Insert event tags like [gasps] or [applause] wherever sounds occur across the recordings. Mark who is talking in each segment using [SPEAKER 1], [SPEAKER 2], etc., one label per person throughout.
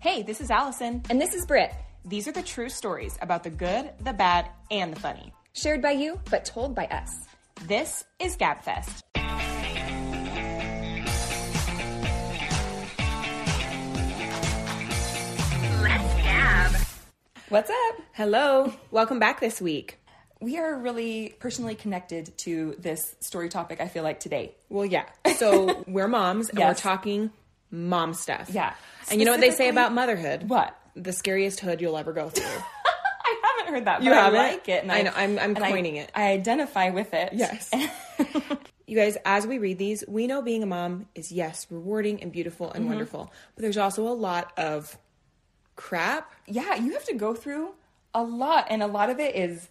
[SPEAKER 1] Hey, this is Allison.
[SPEAKER 2] And this is Britt,
[SPEAKER 1] These are the true stories about the good, the bad, and the funny.
[SPEAKER 2] shared by you, but told by us.
[SPEAKER 1] This is GabFest.
[SPEAKER 2] What's up?
[SPEAKER 1] Hello, welcome back this week.
[SPEAKER 2] We are really personally connected to this story topic, I feel like, today.
[SPEAKER 1] Well, yeah. [laughs] So we're moms and
[SPEAKER 2] Yes.
[SPEAKER 1] we're talking mom stuff.
[SPEAKER 2] Yeah.
[SPEAKER 1] And you know what they say
[SPEAKER 2] Specifically-
[SPEAKER 1] about motherhood?
[SPEAKER 2] [laughs] What?
[SPEAKER 1] The scariest hood you'll ever go through.
[SPEAKER 2] I haven't heard that, but
[SPEAKER 1] You haven't?
[SPEAKER 2] I like it. And
[SPEAKER 1] I know, I'm- I'm
[SPEAKER 2] and I-
[SPEAKER 1] coining it.
[SPEAKER 2] I identify with it.
[SPEAKER 1] [laughs] you guys, as we read these, we know being a mom is, yes, rewarding and beautiful and
[SPEAKER 2] Mm-hmm.
[SPEAKER 1] wonderful, but there's also a lot of crap.
[SPEAKER 2] yeah, you have to go through a lot, and a lot of it is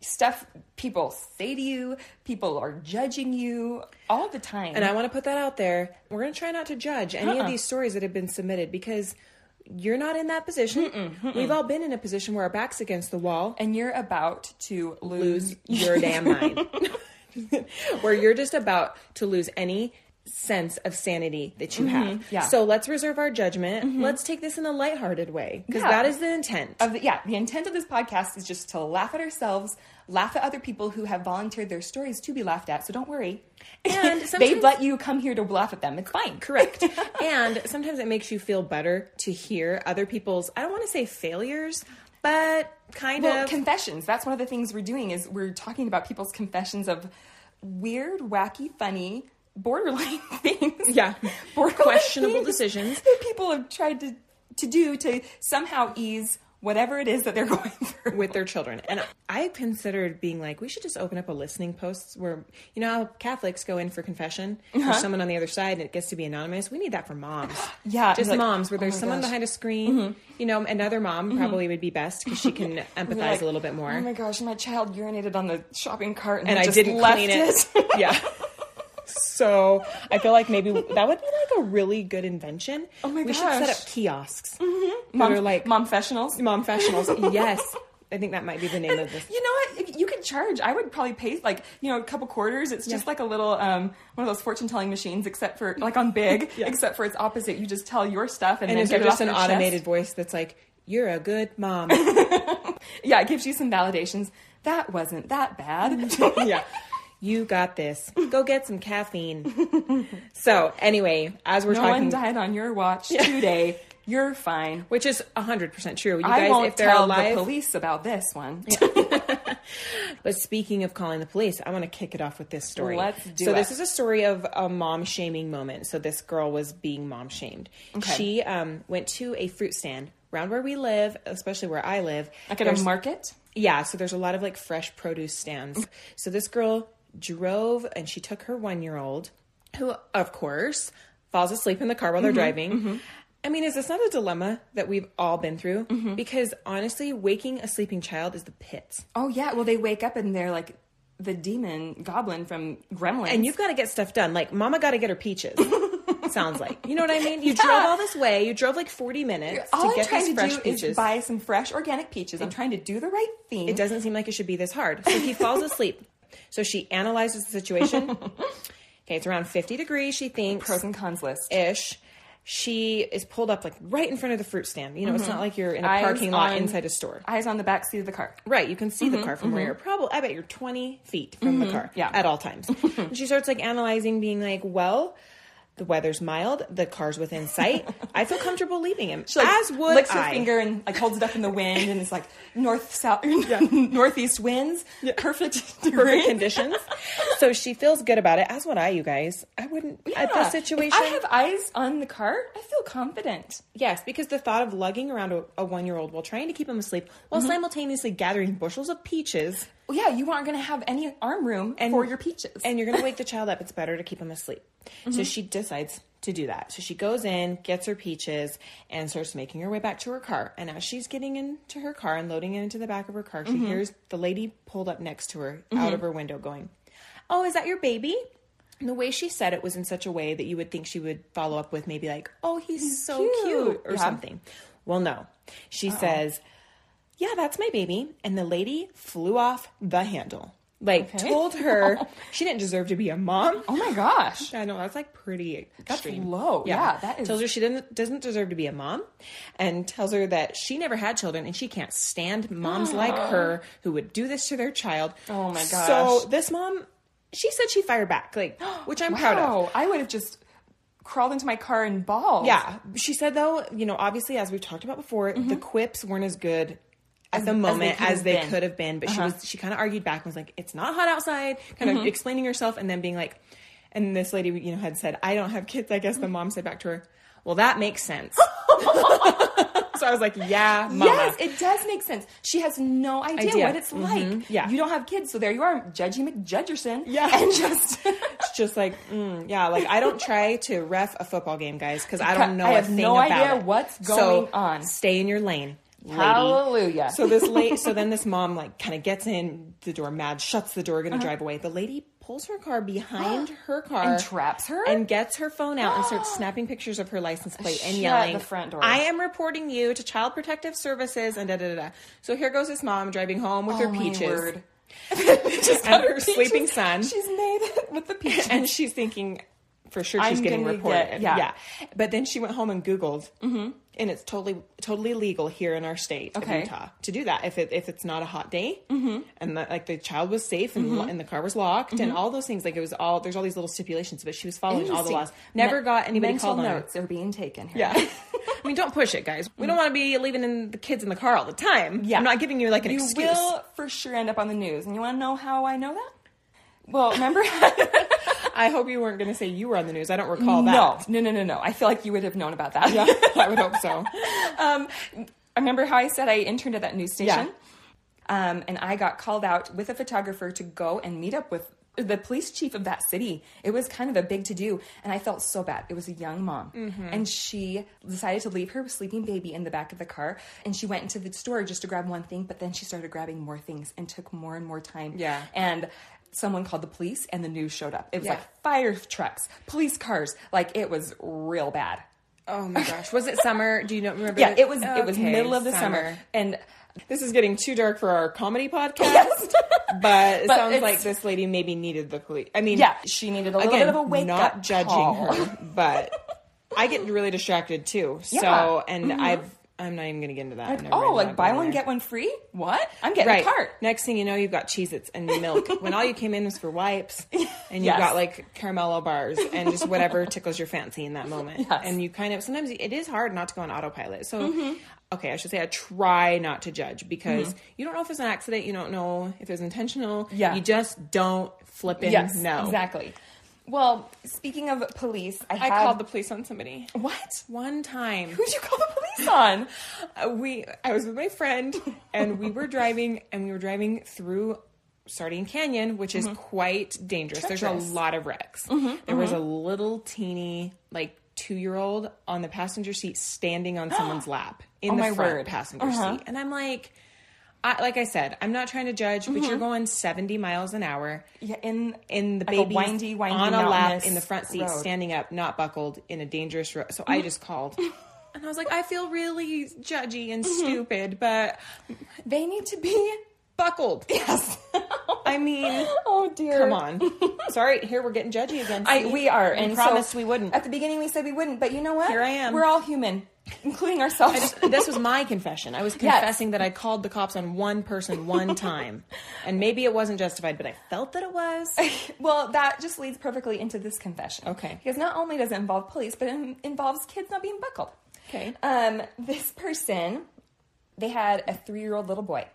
[SPEAKER 2] stuff people say to you, people are judging you all the time.
[SPEAKER 1] And I want to put that out there. We're going to try not to judge any
[SPEAKER 2] Uh-uh.
[SPEAKER 1] of these stories that have been submitted because you're not in that position. We've all been in a position where our back's against the wall.
[SPEAKER 2] and you're about to lose. [laughs]
[SPEAKER 1] lose your damn mind. Where you're just about to lose any sense of sanity that you have.
[SPEAKER 2] Mm-hmm. yeah. Mm-hmm.
[SPEAKER 1] So let's reserve our judgment. Let's take this in a lighthearted way because
[SPEAKER 2] Yeah.
[SPEAKER 1] that is the intent.
[SPEAKER 2] of the, yeah, the intent of this podcast is just to laugh at ourselves, laugh at other people who have volunteered their stories to be laughed at. So don't worry.
[SPEAKER 1] And
[SPEAKER 2] [laughs] they
[SPEAKER 1] sometimes-
[SPEAKER 2] let you come here to laugh at them. It's fine. [laughs]
[SPEAKER 1] Correct. and sometimes it makes you feel better to hear other people's, I don't want to say failures, but kind
[SPEAKER 2] Well,
[SPEAKER 1] of.
[SPEAKER 2] confessions. That's one of the things we're doing is we're talking about people's confessions of weird, wacky, funny, borderline [laughs] things.
[SPEAKER 1] yeah.
[SPEAKER 2] Borderline
[SPEAKER 1] questionable
[SPEAKER 2] things
[SPEAKER 1] decisions.
[SPEAKER 2] that people have tried to to do to somehow ease whatever it is that they're [laughs] going through.
[SPEAKER 1] with their children. And I considered being like, we should just open up a listening post where, you know, how Catholics go in for confession.
[SPEAKER 2] Uh-huh.
[SPEAKER 1] There's someone on the other side and it gets to be anonymous. We need that for moms.
[SPEAKER 2] [sighs] Yeah,
[SPEAKER 1] Just
[SPEAKER 2] like,
[SPEAKER 1] moms where
[SPEAKER 2] oh
[SPEAKER 1] there's
[SPEAKER 2] my
[SPEAKER 1] someone
[SPEAKER 2] gosh. Mm-hmm.
[SPEAKER 1] behind a screen. You know, another mom probably would be best because she
[SPEAKER 2] [laughs]
[SPEAKER 1] can empathize
[SPEAKER 2] You're like,
[SPEAKER 1] a little bit more.
[SPEAKER 2] Oh my gosh, my child urinated on the shopping cart and,
[SPEAKER 1] and I
[SPEAKER 2] just
[SPEAKER 1] didn't
[SPEAKER 2] left
[SPEAKER 1] clean it. [laughs] yeah. So I feel like maybe that would be like a really good invention. Oh
[SPEAKER 2] my
[SPEAKER 1] We should set
[SPEAKER 2] gosh. Mm-hmm.
[SPEAKER 1] up kiosks that
[SPEAKER 2] Mom,
[SPEAKER 1] are like
[SPEAKER 2] momfessionals.
[SPEAKER 1] momfessionals. yes, I think that might be the name of this.
[SPEAKER 2] You know what? If You could charge. I would probably pay like you know a couple quarters. It's just
[SPEAKER 1] Yeah.
[SPEAKER 2] like a little um, one of those fortune telling machines, except for like on big,
[SPEAKER 1] [laughs] Yeah.
[SPEAKER 2] except for it's opposite. You just tell your stuff and,
[SPEAKER 1] And
[SPEAKER 2] then
[SPEAKER 1] is
[SPEAKER 2] get
[SPEAKER 1] there
[SPEAKER 2] it
[SPEAKER 1] just
[SPEAKER 2] off
[SPEAKER 1] an
[SPEAKER 2] your chest.
[SPEAKER 1] automated voice that's like, "You're a good
[SPEAKER 2] [laughs]
[SPEAKER 1] mom"?
[SPEAKER 2] Yeah, it gives you some validations. That wasn't
[SPEAKER 1] [laughs]
[SPEAKER 2] that bad.
[SPEAKER 1] yeah, you got this. Go get some caffeine. so anyway, as we're
[SPEAKER 2] no one
[SPEAKER 1] talking,
[SPEAKER 2] died on your watch today. You're fine.
[SPEAKER 1] which is hundred percent true. You
[SPEAKER 2] I
[SPEAKER 1] guys,
[SPEAKER 2] won't
[SPEAKER 1] if they're
[SPEAKER 2] tell
[SPEAKER 1] alive.
[SPEAKER 2] the police about this one.
[SPEAKER 1] But speaking of calling the police, I want to kick it off with this story.
[SPEAKER 2] Let's do
[SPEAKER 1] so
[SPEAKER 2] it.
[SPEAKER 1] this is a story of a mom shaming moment. So this girl was being mom shamed. She um, went to a fruit stand around where we live, especially where I live.
[SPEAKER 2] Like at a
[SPEAKER 1] There's-
[SPEAKER 2] market.
[SPEAKER 1] Yeah, so there's a lot of like fresh produce
[SPEAKER 2] Mm.
[SPEAKER 1] stands. So this girl drove and she took her one year old, who, of course, falls asleep in the car
[SPEAKER 2] Mm-hmm,
[SPEAKER 1] while they're driving. I mean, is this not a dilemma that we've all been through?
[SPEAKER 2] Mm-hmm.
[SPEAKER 1] Because honestly, waking a sleeping child is the pits.
[SPEAKER 2] Oh yeah. Well, they wake up and they're like the demon goblin from Gremlins.
[SPEAKER 1] And you've got to get stuff done. Like, mama got to get her
[SPEAKER 2] [laughs]
[SPEAKER 1] peaches. Sounds like. You know what I mean? You drove all this way, you drove like 40 minutes
[SPEAKER 2] all
[SPEAKER 1] to
[SPEAKER 2] I'm
[SPEAKER 1] get
[SPEAKER 2] trying
[SPEAKER 1] these
[SPEAKER 2] to
[SPEAKER 1] fresh
[SPEAKER 2] do
[SPEAKER 1] peaches.
[SPEAKER 2] is buy some fresh organic peaches. I'm trying to do the right thing.
[SPEAKER 1] it doesn't seem like it should be this hard. So he falls asleep. So she analyzes the
[SPEAKER 2] [laughs]
[SPEAKER 1] situation. Okay, it's around 50 degrees, she thinks.
[SPEAKER 2] Pros and cons list.
[SPEAKER 1] Ish. She is pulled up like right in front of the fruit stand. You know, it's not like you're in a
[SPEAKER 2] Eyes
[SPEAKER 1] parking lot
[SPEAKER 2] Mm-hmm. on-
[SPEAKER 1] inside a store.
[SPEAKER 2] Eyes on the back seat of the car.
[SPEAKER 1] Right, you can see the car from where you're probably, I bet you're 20 feet from the car
[SPEAKER 2] Mm-hmm, yeah.
[SPEAKER 1] at all
[SPEAKER 2] [laughs]
[SPEAKER 1] times. and she starts like analyzing, being like, well, the weather's mild, the car's within sight. I feel comfortable leaving
[SPEAKER 2] [laughs]
[SPEAKER 1] him.
[SPEAKER 2] Like,
[SPEAKER 1] As would
[SPEAKER 2] licks
[SPEAKER 1] I.
[SPEAKER 2] her finger and like holds it up in the wind, and it's like north south, [laughs] northeast winds, perfect
[SPEAKER 1] [laughs] Perfect
[SPEAKER 2] terrain.
[SPEAKER 1] conditions. so she feels good about it, as would I, you guys. I wouldn't, at
[SPEAKER 2] Yeah.
[SPEAKER 1] this
[SPEAKER 2] If
[SPEAKER 1] situation.
[SPEAKER 2] I have eyes on the car. I feel confident.
[SPEAKER 1] Yes, because the thought of lugging around a, a one year old while trying to keep him asleep while
[SPEAKER 2] Mm-hmm.
[SPEAKER 1] simultaneously gathering bushels of peaches
[SPEAKER 2] Well, yeah, you aren't going to have any arm room for your peaches.
[SPEAKER 1] and you're going to wake the child up, it's better to keep him asleep. So she decides to do that. So she goes in, gets her peaches, and starts making her way back to her car. And as she's getting into her car and loading it into the back of her car, she hears the lady pulled up next to her out of her window going, Oh, is that your baby? And the way she said it was in such a way that you would think she would follow up with maybe like, Oh, he's, so cute,
[SPEAKER 2] cute.
[SPEAKER 1] or
[SPEAKER 2] Yeah.
[SPEAKER 1] something. Well, no. She says, yeah, that's my baby. And the lady flew off the handle. Like
[SPEAKER 2] Okay.
[SPEAKER 1] told
[SPEAKER 2] [laughs]
[SPEAKER 1] her she didn't deserve to be a mom.
[SPEAKER 2] Oh my gosh.
[SPEAKER 1] I know that's like pretty extreme.
[SPEAKER 2] low. Yeah, that is-
[SPEAKER 1] tells her she doesn't doesn't deserve to be a mom, and tells her that she never had children and she can't stand
[SPEAKER 2] [gasps]
[SPEAKER 1] moms like her who would do this to their child.
[SPEAKER 2] Oh my
[SPEAKER 1] So
[SPEAKER 2] gosh.
[SPEAKER 1] this mom, she said she fired back, like [gasps] which I'm proud of.
[SPEAKER 2] Wow, I would have just crawled into my car and bawled.
[SPEAKER 1] Yeah, she said though, you know, obviously as we've talked about before,
[SPEAKER 2] Mm-hmm.
[SPEAKER 1] the quips weren't as good at the moment
[SPEAKER 2] could have
[SPEAKER 1] as they
[SPEAKER 2] been. Uh-huh.
[SPEAKER 1] could have been. But she was she kind of argued back and was like, "It's not hot outside," kind
[SPEAKER 2] Mm-hmm.
[SPEAKER 1] of explaining herself, and then being like, and this lady, you know, had said, "I don't have kids." I guess the mom said back to her, "Well, that makes
[SPEAKER 2] [laughs]
[SPEAKER 1] sense." [laughs] so I was like, "Yeah, mama."
[SPEAKER 2] Yes, it does make sense. She has no idea,
[SPEAKER 1] Idea. Mm-hmm.
[SPEAKER 2] what it's like.
[SPEAKER 1] Yeah.
[SPEAKER 2] You don't have kids, so there you are, Judgy McJudgerson.
[SPEAKER 1] Yeah.
[SPEAKER 2] [laughs] And just
[SPEAKER 1] It's just like, mm, yeah, like I don't try to ref a football game, guys, because I
[SPEAKER 2] I
[SPEAKER 1] don't know a
[SPEAKER 2] have
[SPEAKER 1] thing
[SPEAKER 2] no
[SPEAKER 1] about
[SPEAKER 2] idea
[SPEAKER 1] it.
[SPEAKER 2] what's
[SPEAKER 1] so
[SPEAKER 2] going on.
[SPEAKER 1] Stay in your lane. Lady.
[SPEAKER 2] Hallelujah.
[SPEAKER 1] So this late, so
[SPEAKER 2] [laughs]
[SPEAKER 1] then this mom like kind of gets in the door, mad, shuts the door, gonna drive away. The lady pulls her car
[SPEAKER 2] [gasps]
[SPEAKER 1] behind her car
[SPEAKER 2] Uh-huh. And traps her?
[SPEAKER 1] and gets her phone out and
[SPEAKER 2] [gasps]
[SPEAKER 1] starts snapping pictures of her license plate and
[SPEAKER 2] Shut
[SPEAKER 1] yelling,
[SPEAKER 2] the front door.
[SPEAKER 1] "I am reporting you to Child Protective Services." And da da da. da. So here goes this mom driving home with
[SPEAKER 2] Oh,
[SPEAKER 1] her
[SPEAKER 2] my
[SPEAKER 1] peaches [laughs]
[SPEAKER 2] word.
[SPEAKER 1] and her
[SPEAKER 2] Peaches.
[SPEAKER 1] sleeping son
[SPEAKER 2] She's made it with the peaches.
[SPEAKER 1] [laughs] and she's thinking for sure she's
[SPEAKER 2] I'm
[SPEAKER 1] getting
[SPEAKER 2] gonna
[SPEAKER 1] reported.
[SPEAKER 2] get- yeah. Mm-hmm.
[SPEAKER 1] But then she went home and Googled, and it's totally totally legal here in our state
[SPEAKER 2] Okay. Mm-hmm.
[SPEAKER 1] of Utah to do that if it, if it's not a hot day, and the, like the child was safe and, lo- and the car was locked and all those things. Like it was all there's all these little stipulations, but she was following all the
[SPEAKER 2] Interesting.
[SPEAKER 1] laws. Never
[SPEAKER 2] Me-
[SPEAKER 1] got anybody
[SPEAKER 2] mental
[SPEAKER 1] called on. her.
[SPEAKER 2] notes are being taken here. [laughs]
[SPEAKER 1] Yeah. I mean, don't push it, guys. We don't want to be leaving in the kids in the car all the time.
[SPEAKER 2] Yeah.
[SPEAKER 1] I'm not giving you like an
[SPEAKER 2] you
[SPEAKER 1] excuse.
[SPEAKER 2] will for sure end up on the news. And you want to know how I know that? Well,
[SPEAKER 1] [laughs]
[SPEAKER 2] remember?
[SPEAKER 1] [laughs] I hope you weren't going to say you were on the news. I don't recall
[SPEAKER 2] [laughs] no,
[SPEAKER 1] that.
[SPEAKER 2] no, no, no, no. I feel like you would have known about that. [laughs]
[SPEAKER 1] Yeah, [laughs] I would hope so.
[SPEAKER 2] um, I remember how I said I interned at that news station,
[SPEAKER 1] Yeah.
[SPEAKER 2] um, and I got called out with a photographer to go and meet up with the police chief of that city. It was kind of a big to do, and I felt so bad. It was a young mom,
[SPEAKER 1] Mm-hmm.
[SPEAKER 2] and she decided to leave her sleeping baby in the back of the car, and she went into the store just to grab one thing, but then she started grabbing more things and took more and more time.
[SPEAKER 1] Yeah.
[SPEAKER 2] and. Someone called the police and the news showed up. It was
[SPEAKER 1] Yeah.
[SPEAKER 2] like fire trucks, police cars. Like it was real bad.
[SPEAKER 1] Oh my gosh, was it summer? Do you know? Remember?
[SPEAKER 2] Yeah,
[SPEAKER 1] the-
[SPEAKER 2] it was it was
[SPEAKER 1] Okay,
[SPEAKER 2] middle of the summer, and
[SPEAKER 1] This is getting too dark for our comedy podcast,
[SPEAKER 2] Yes.
[SPEAKER 1] [laughs] but it
[SPEAKER 2] But
[SPEAKER 1] sounds
[SPEAKER 2] it's-
[SPEAKER 1] like this lady maybe needed the police. I mean,
[SPEAKER 2] yeah, she needed a little
[SPEAKER 1] again,
[SPEAKER 2] bit of a wake
[SPEAKER 1] not
[SPEAKER 2] up.
[SPEAKER 1] judging
[SPEAKER 2] call.
[SPEAKER 1] her, but I get really distracted too.
[SPEAKER 2] Yeah. Mm-hmm.
[SPEAKER 1] So, and I've I'm not even going to get into that. Never
[SPEAKER 2] [laughs] Oh,
[SPEAKER 1] mind,
[SPEAKER 2] like
[SPEAKER 1] not
[SPEAKER 2] buy
[SPEAKER 1] going
[SPEAKER 2] one
[SPEAKER 1] there.
[SPEAKER 2] get one free? What? I'm getting
[SPEAKER 1] Right.
[SPEAKER 2] a cart.
[SPEAKER 1] Next thing you know, you've got Cheez-Its and milk when all you came in was for wipes, and
[SPEAKER 2] [laughs] Yes.
[SPEAKER 1] you've got like caramello
[SPEAKER 2] [laughs]
[SPEAKER 1] bars and just whatever tickles your fancy in that moment.
[SPEAKER 2] Yes. Mm-hmm.
[SPEAKER 1] And you kind of sometimes it is hard not to go on autopilot. So, okay, I should say I try not to judge because you don't know if it's an accident, you don't know if it was intentional.
[SPEAKER 2] Yeah.
[SPEAKER 1] you just don't flip in.
[SPEAKER 2] Yes,
[SPEAKER 1] no.
[SPEAKER 2] exactly. Well, speaking of police, I,
[SPEAKER 1] I
[SPEAKER 2] have,
[SPEAKER 1] called the police on somebody
[SPEAKER 2] what?
[SPEAKER 1] one time.
[SPEAKER 2] Who'd you call the police on?
[SPEAKER 1] Uh, we I was with my friend and we were driving and we were driving through Sardine Canyon, which is quite dangerous. There's
[SPEAKER 2] Mm-hmm. Treacherous. Mm-hmm,
[SPEAKER 1] a lot of wrecks. There was a little teeny like two year old on the passenger seat standing
[SPEAKER 2] [gasps]
[SPEAKER 1] on someone's lap in
[SPEAKER 2] Oh,
[SPEAKER 1] the
[SPEAKER 2] my
[SPEAKER 1] front
[SPEAKER 2] word. Uh-huh.
[SPEAKER 1] passenger seat, and I'm like. I, like I said, I'm not trying to judge,
[SPEAKER 2] Mm-hmm.
[SPEAKER 1] but you're going 70 miles an hour
[SPEAKER 2] Yeah, in
[SPEAKER 1] in the
[SPEAKER 2] Like a
[SPEAKER 1] baby
[SPEAKER 2] windy, windy,
[SPEAKER 1] on a lap
[SPEAKER 2] mountainous
[SPEAKER 1] in the front seat,
[SPEAKER 2] road.
[SPEAKER 1] standing up, not buckled, in a dangerous road. So I just called, Mm-hmm. [laughs] Mm-hmm. and I was like, I feel really judgy and stupid, but
[SPEAKER 2] they need to be [laughs]
[SPEAKER 1] buckled.
[SPEAKER 2] yes.
[SPEAKER 1] I [laughs] mean,
[SPEAKER 2] oh dear.
[SPEAKER 1] come on. [laughs] Sorry, here we're getting judgy again.
[SPEAKER 2] I,
[SPEAKER 1] See?
[SPEAKER 2] we are,
[SPEAKER 1] We
[SPEAKER 2] and so-
[SPEAKER 1] promised we wouldn't.
[SPEAKER 2] At the beginning, we said we wouldn't, but you know what?
[SPEAKER 1] Here I am.
[SPEAKER 2] We're all human, including ourselves.
[SPEAKER 1] [laughs] this was my confession. I was confessing that I called the cops on one person [laughs] one time, and maybe it wasn't justified, but I felt that it [laughs] was.
[SPEAKER 2] Well, that just leads perfectly into this confession.
[SPEAKER 1] Okay.
[SPEAKER 2] Because not only does it involve police, but it involves kids not being buckled.
[SPEAKER 1] Okay.
[SPEAKER 2] Um, this person, they had a three year old little boy,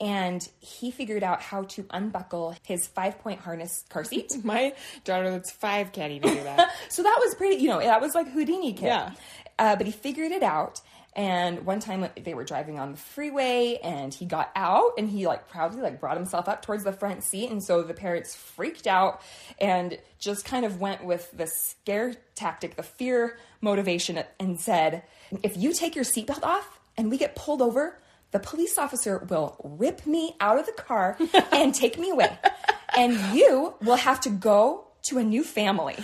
[SPEAKER 2] and he figured out how to unbuckle his five point harness car seat.
[SPEAKER 1] My daughter that's five can't even do that.
[SPEAKER 2] So that was pretty, you know, that was like Houdini kid.
[SPEAKER 1] Yeah.
[SPEAKER 2] Uh, but he figured it out. And one time they were driving on the freeway and he got out and he like proudly like brought himself up towards the front seat. And so the parents freaked out and just kind of went with the scare tactic, the fear motivation and said, if you take your seatbelt off and we get pulled over, the police officer will rip me out of the car and take me away. And you will have to go to a new family.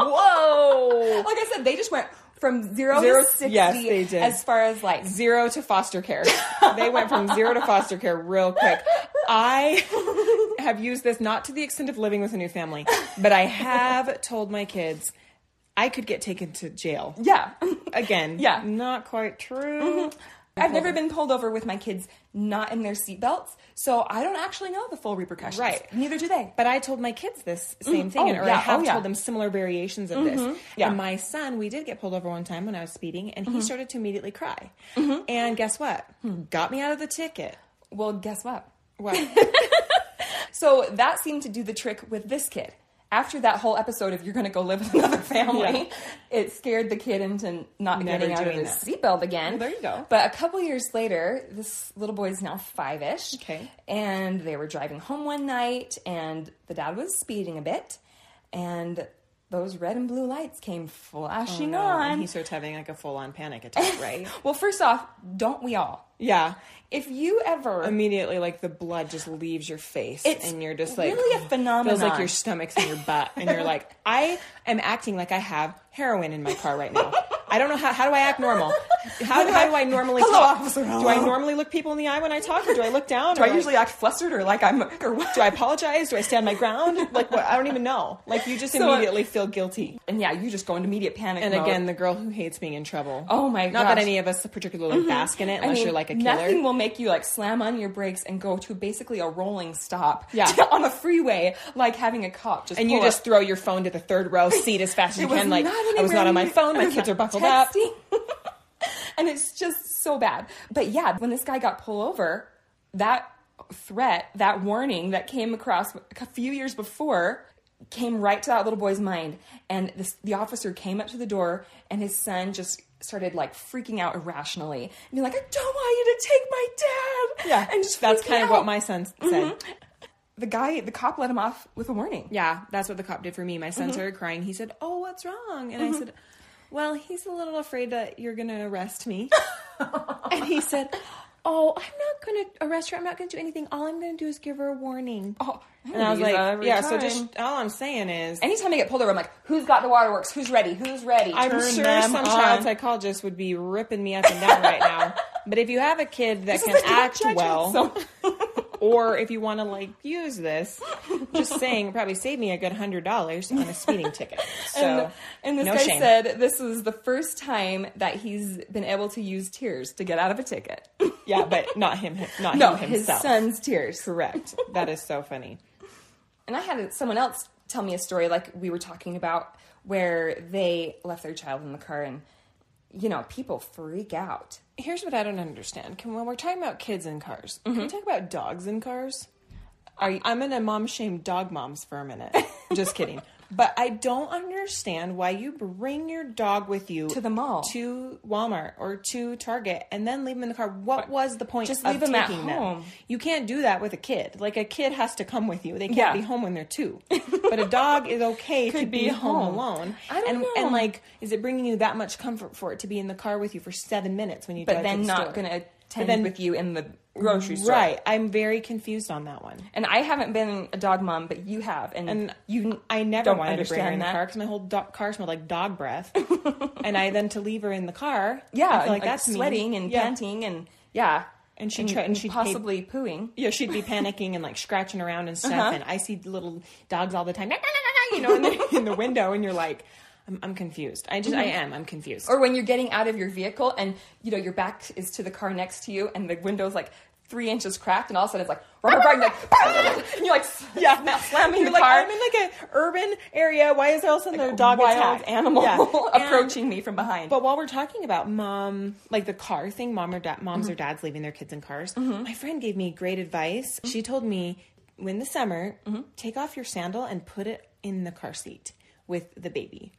[SPEAKER 1] Whoa.
[SPEAKER 2] Like I said, they just went from zero,
[SPEAKER 1] Oh. Zero-
[SPEAKER 2] to sixty.
[SPEAKER 1] yes, they did.
[SPEAKER 2] As far as like,
[SPEAKER 1] zero to foster care. they went from zero to foster care real quick. I have used this not to the extent of living with a new family, but I have told my kids I could get taken to jail. [laughs]
[SPEAKER 2] Yeah.
[SPEAKER 1] Again,
[SPEAKER 2] Yeah. Mm-hmm.
[SPEAKER 1] not quite true.
[SPEAKER 2] I've never been pulled over with my kids not in their seatbelts, so I don't actually know the full repercussions.
[SPEAKER 1] Right.
[SPEAKER 2] Neither do they.
[SPEAKER 1] But I told my kids this same thing,
[SPEAKER 2] Oh,
[SPEAKER 1] and or I
[SPEAKER 2] yeah.
[SPEAKER 1] have
[SPEAKER 2] Oh, yeah. Mm-hmm.
[SPEAKER 1] told them similar variations of this.
[SPEAKER 2] Yeah. Mm-hmm.
[SPEAKER 1] And my son, we did get pulled over one time when I was speeding, and he started to immediately cry. And guess what? Got me out of the ticket.
[SPEAKER 2] Well, guess what? [laughs]
[SPEAKER 1] What?
[SPEAKER 2] So that seemed to do the trick with this kid. After that whole episode of you're going to go live with another family, [laughs] it scared the kid into not
[SPEAKER 1] Never
[SPEAKER 2] getting out of
[SPEAKER 1] doing
[SPEAKER 2] his
[SPEAKER 1] that.
[SPEAKER 2] seatbelt again.
[SPEAKER 1] Well, there you go.
[SPEAKER 2] But a couple years later, this little boy is now five ish.
[SPEAKER 1] Okay.
[SPEAKER 2] And they were driving home one night, and the dad was speeding a bit, and those red and blue lights came flashing
[SPEAKER 1] Oh, No,
[SPEAKER 2] on.
[SPEAKER 1] And he starts having like a full on panic attack, right?
[SPEAKER 2] Well, first off, don't we all?
[SPEAKER 1] yeah.
[SPEAKER 2] If you ever
[SPEAKER 1] Immediately, like the blood just leaves your face,
[SPEAKER 2] It's
[SPEAKER 1] and you're just like
[SPEAKER 2] really a
[SPEAKER 1] Feels like
[SPEAKER 2] phenomenon.
[SPEAKER 1] your stomach's in your butt, and you're like, I am acting like I have heroin in my car right now. I don't know how. How do I act normal? How, how do I normally
[SPEAKER 2] Hello,
[SPEAKER 1] talk?
[SPEAKER 2] officer,
[SPEAKER 1] Do I
[SPEAKER 2] hello.
[SPEAKER 1] normally look people in the eye when I talk, or do I look down?
[SPEAKER 2] [laughs] do I usually act flustered or like I'm or what?
[SPEAKER 1] do I apologize? Do I stand my ground? Like what? I don't even know. Like you just
[SPEAKER 2] So, uh,
[SPEAKER 1] immediately feel guilty.
[SPEAKER 2] and yeah, you just go into immediate panic.
[SPEAKER 1] And
[SPEAKER 2] mode.
[SPEAKER 1] again, the girl who hates being in trouble.
[SPEAKER 2] Oh my
[SPEAKER 1] Not that
[SPEAKER 2] gosh. Mm-hmm.
[SPEAKER 1] any of us particularly bask in it,
[SPEAKER 2] I
[SPEAKER 1] unless
[SPEAKER 2] mean,
[SPEAKER 1] you're like a killer.
[SPEAKER 2] nothing will make you like slam on your brakes and go to basically a rolling stop
[SPEAKER 1] Yeah.
[SPEAKER 2] [laughs] on a freeway, like having a cop just
[SPEAKER 1] and you
[SPEAKER 2] pull up.
[SPEAKER 1] just throw your phone to the third [laughs] row seat as fast as
[SPEAKER 2] It
[SPEAKER 1] you
[SPEAKER 2] was
[SPEAKER 1] can. Like
[SPEAKER 2] not
[SPEAKER 1] I was not on my
[SPEAKER 2] anywhere
[SPEAKER 1] phone.
[SPEAKER 2] near-
[SPEAKER 1] My
[SPEAKER 2] I was
[SPEAKER 1] kids are
[SPEAKER 2] not
[SPEAKER 1] buckled up.
[SPEAKER 2] texting. [laughs] and it's just so bad. But yeah, when this guy got pulled over, that threat, that warning that came across a few years before came right to that little boy's mind. And this, the officer came up to the door, and his son just started like freaking out irrationally, being like, "I don't want you to take my dad."
[SPEAKER 1] Yeah,
[SPEAKER 2] and just
[SPEAKER 1] that's
[SPEAKER 2] freaking
[SPEAKER 1] kind of
[SPEAKER 2] out.
[SPEAKER 1] what my son said.
[SPEAKER 2] the guy, the cop, let him off with a warning.
[SPEAKER 1] Yeah, that's what the cop did for me. My son started crying. He said, "Oh, what's wrong?" And I said, "Well, he's a little afraid that you're going to arrest [laughs] me." and he said, "Oh, I'm not going to arrest her. I'm not going to do anything. All I'm going to do is give her a warning."
[SPEAKER 2] [laughs] Oh,
[SPEAKER 1] and I was like,
[SPEAKER 2] every
[SPEAKER 1] "Yeah." So
[SPEAKER 2] time.
[SPEAKER 1] just all I'm saying is,
[SPEAKER 2] Anytime I get pulled over, I'm like, who's got the waterworks? Who's ready? Who's ready?
[SPEAKER 1] I'm
[SPEAKER 2] Turn
[SPEAKER 1] sure
[SPEAKER 2] them
[SPEAKER 1] some
[SPEAKER 2] on."
[SPEAKER 1] child psychologist would be ripping me up and down right [laughs] now. But if you have a kid that
[SPEAKER 2] This is [laughs]
[SPEAKER 1] can
[SPEAKER 2] like no
[SPEAKER 1] act
[SPEAKER 2] judgment,
[SPEAKER 1] well,
[SPEAKER 2] so-
[SPEAKER 1] or if you want to like use this, just saying, probably save me a good hundred dollars on a speeding ticket. So,
[SPEAKER 2] [laughs] and, and this
[SPEAKER 1] no
[SPEAKER 2] guy
[SPEAKER 1] shame.
[SPEAKER 2] said this is the first time that he's been able to use tears to get out of a ticket.
[SPEAKER 1] yeah, but not him, not
[SPEAKER 2] no,
[SPEAKER 1] him
[SPEAKER 2] his
[SPEAKER 1] himself.
[SPEAKER 2] son's tears.
[SPEAKER 1] Correct. That is so funny.
[SPEAKER 2] And I had someone else tell me a story like we were talking about where they left their child in the car and you know, people freak out.
[SPEAKER 1] Here's what I don't understand. Can when we're talking about kids in cars, can we talk about dogs in cars?
[SPEAKER 2] Are you,
[SPEAKER 1] Mm-hmm. I'm gonna mom shame dog moms for a [laughs] minute. Just kidding. But I don't understand why you bring your dog with you
[SPEAKER 2] To the mall.
[SPEAKER 1] to Walmart, or to Target, and then leave them in the car. What was the point?
[SPEAKER 2] Just
[SPEAKER 1] of
[SPEAKER 2] leave them at
[SPEAKER 1] taking
[SPEAKER 2] home.
[SPEAKER 1] You can't do that with a kid. Like a kid has to come with you. They can't
[SPEAKER 2] Yeah.
[SPEAKER 1] be home when they're [laughs] two. But a dog is okay to
[SPEAKER 2] Could
[SPEAKER 1] be,
[SPEAKER 2] be
[SPEAKER 1] home
[SPEAKER 2] home.
[SPEAKER 1] alone.
[SPEAKER 2] I don't
[SPEAKER 1] and,
[SPEAKER 2] know.
[SPEAKER 1] And like, is it bringing you that much comfort for it to be in the car with you for seven minutes when you?
[SPEAKER 2] but
[SPEAKER 1] drive to
[SPEAKER 2] then
[SPEAKER 1] the
[SPEAKER 2] not
[SPEAKER 1] store?
[SPEAKER 2] going to attend
[SPEAKER 1] then-
[SPEAKER 2] with you in the grocery store.
[SPEAKER 1] Right. I'm very confused on that one.
[SPEAKER 2] And I haven't been a dog mom, but you have, and,
[SPEAKER 1] And
[SPEAKER 2] you,
[SPEAKER 1] I never
[SPEAKER 2] don't
[SPEAKER 1] wanted to bring her in
[SPEAKER 2] understand
[SPEAKER 1] the
[SPEAKER 2] that.
[SPEAKER 1] car because my whole do- car smelled like dog breath,
[SPEAKER 2] [laughs]
[SPEAKER 1] and I then to leave her in the car.
[SPEAKER 2] yeah,
[SPEAKER 1] I
[SPEAKER 2] and,
[SPEAKER 1] feel
[SPEAKER 2] like,
[SPEAKER 1] like that's mean.
[SPEAKER 2] sweating and
[SPEAKER 1] Yeah.
[SPEAKER 2] panting and yeah,
[SPEAKER 1] And she'd try- and she'd pay-
[SPEAKER 2] possibly pooing.
[SPEAKER 1] Yeah, she'd be panicking and like scratching around and stuff.
[SPEAKER 2] Uh-huh.
[SPEAKER 1] And I see little dogs all the time, [laughs] you know, in the, in the window, and you're like, I'm, I'm confused. I just, I
[SPEAKER 2] Mm-hmm.
[SPEAKER 1] am. I'm confused.
[SPEAKER 2] Or when you're getting out of your vehicle and you know your back is to the car next to you, and the window's like three inches cracked, and all of a sudden it's like rubber bag, like [laughs] and you're like yeah, now slamming
[SPEAKER 1] you're
[SPEAKER 2] the
[SPEAKER 1] like,
[SPEAKER 2] car.
[SPEAKER 1] I'm in like an urban area. Why is there also another
[SPEAKER 2] a
[SPEAKER 1] dog
[SPEAKER 2] wild
[SPEAKER 1] attack?
[SPEAKER 2] animal
[SPEAKER 1] Yeah. [laughs] And-
[SPEAKER 2] [laughs] approaching me from behind.
[SPEAKER 1] But while we're talking about mom, like the car thing, mom or dad, moms
[SPEAKER 2] Mm-hmm.
[SPEAKER 1] or dads leaving their kids in cars, my friend gave me great advice.
[SPEAKER 2] Mm-hmm.
[SPEAKER 1] She told me, in the summer, take off your sandal and put it in the car seat with the baby,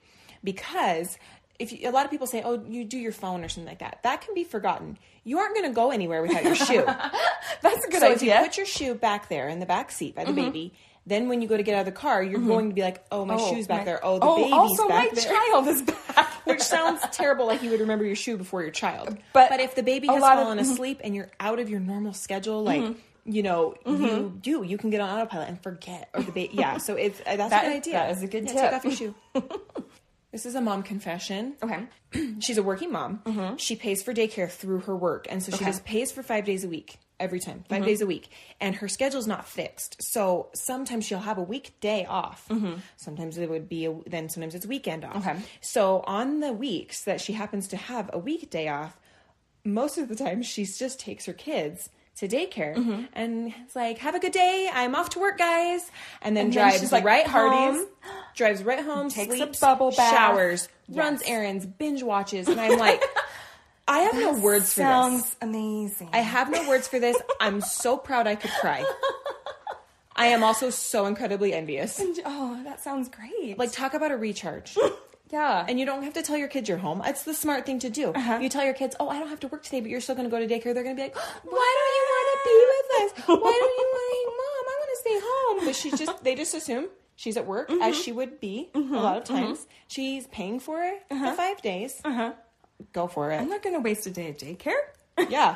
[SPEAKER 1] because. If you, a lot of people say, "Oh, you do your phone or something like that," that can be forgotten. You aren't going to go anywhere without
[SPEAKER 2] [laughs]
[SPEAKER 1] your shoe.
[SPEAKER 2] That's a good
[SPEAKER 1] so if
[SPEAKER 2] idea. Mm-hmm.
[SPEAKER 1] you put your shoe back there in the back seat by the baby, then when you go to get out of the car, you're going to be like, "Oh, my shoe's back
[SPEAKER 2] my-
[SPEAKER 1] there. Oh, the
[SPEAKER 2] oh,
[SPEAKER 1] baby's
[SPEAKER 2] also
[SPEAKER 1] back
[SPEAKER 2] my
[SPEAKER 1] there."
[SPEAKER 2] child is back.
[SPEAKER 1] [laughs] which sounds terrible like you would remember your shoe before your child but,
[SPEAKER 2] [laughs] But
[SPEAKER 1] if the baby
[SPEAKER 2] a
[SPEAKER 1] has
[SPEAKER 2] lot of- Mm-hmm.
[SPEAKER 1] fallen asleep and you're out of your normal schedule like you know
[SPEAKER 2] Mm-hmm.
[SPEAKER 1] you do you can get on autopilot and forget or the baby yeah so it's uh, that's
[SPEAKER 2] That
[SPEAKER 1] a good
[SPEAKER 2] is-
[SPEAKER 1] idea
[SPEAKER 2] that is a good
[SPEAKER 1] yeah,
[SPEAKER 2] tip.
[SPEAKER 1] take off your
[SPEAKER 2] [laughs]
[SPEAKER 1] shoe this is a mom confession
[SPEAKER 2] okay.
[SPEAKER 1] [clears throat]
[SPEAKER 2] Mm-hmm.
[SPEAKER 1] she's a working mom she pays for daycare through her work and so she just pays for five days a week every time,
[SPEAKER 2] Mm-hmm.
[SPEAKER 1] 5 days a week. And her schedule's not fixed. So sometimes she'll have a weekday off. Sometimes it would be, a, then sometimes it's weekend off.
[SPEAKER 2] Mm-hmm. Okay.
[SPEAKER 1] So on the weeks that she happens to have a weekday off, most of the time she just takes her kids to daycare
[SPEAKER 2] Mm-hmm.
[SPEAKER 1] and it's like, have a good day. I'm off to work, guys. And then
[SPEAKER 2] And then
[SPEAKER 1] drives
[SPEAKER 2] she's like,
[SPEAKER 1] right
[SPEAKER 2] parties.
[SPEAKER 1] home, drives right home,
[SPEAKER 2] Takes a
[SPEAKER 1] sleeps,
[SPEAKER 2] bubble bath.
[SPEAKER 1] showers,
[SPEAKER 2] Yes.
[SPEAKER 1] runs errands, binge watches. And I'm
[SPEAKER 2] [laughs]
[SPEAKER 1] like, I have no words for this.
[SPEAKER 2] Sounds amazing.
[SPEAKER 1] I have no words for this. I'm so proud I could cry. I am also so incredibly envious.
[SPEAKER 2] oh, that sounds great.
[SPEAKER 1] Like, talk about a recharge.
[SPEAKER 2] yeah. Uh-huh.
[SPEAKER 1] And you don't have to tell your kids you're home. It's the smart thing to do. You tell your kids, oh, I don't have to work today, but you're still going to go to daycare. They're going to be like, why don't you want to be with us? Why don't you want to, mom, I want to stay home. But she's just, they just assume she's at work
[SPEAKER 2] Mm-hmm.
[SPEAKER 1] as she would be a lot of times. She's paying for
[SPEAKER 2] Uh-huh.
[SPEAKER 1] the five days. Go for
[SPEAKER 2] I'm [laughs]
[SPEAKER 1] it.
[SPEAKER 2] not going to waste a day at daycare.
[SPEAKER 1] Yeah.